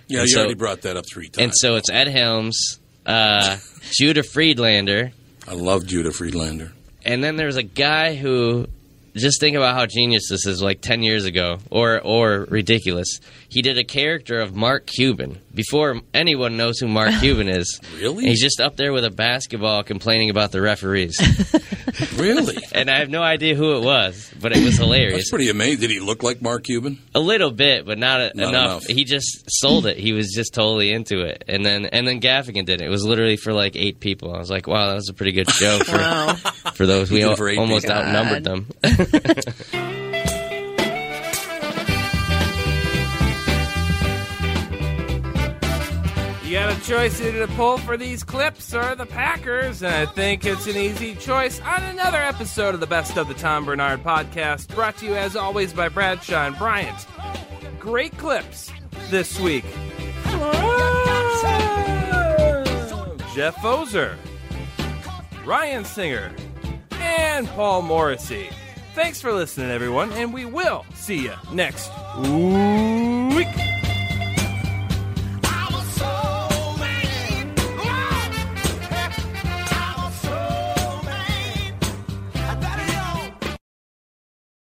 S19: Yeah,
S16: And
S19: you
S16: so-
S19: already brought that up three times.
S16: and so it's Ed Helms, uh, Judah Friedlander.
S19: I love Judah Friedlander.
S16: And then there's a guy who, just think about how genius this is. Like ten years ago, or or ridiculous. He did a character of Mark Cuban before anyone knows who Mark Cuban is.
S19: Really?
S16: And he's just up there with a basketball complaining about the referees.
S19: really?
S16: And I have no idea who it was, but it was hilarious.
S19: That's pretty amazing. Did he look like Mark Cuban?
S16: A little bit, but not, a,
S19: Not
S16: enough. He just sold it. He was just totally into it, and then and then Gaffigan did it. It was literally for like eight people. I was like, wow, that was a pretty good show for
S22: Wow.
S16: for those. We
S22: Good
S16: al-
S22: for eight
S16: almost
S22: people.
S16: outnumbered them.
S10: You got a choice either to pull for these clips or the Packers, and I think it's an easy choice on another episode of the Best of the Tom Bernard podcast, brought to you as always by Bradshaw and Bryant. Great clips this week. Jeff Ozer, Ryan Singer, and Paul Morrissey. Thanks for listening, everyone, and we will see you next. Ooh.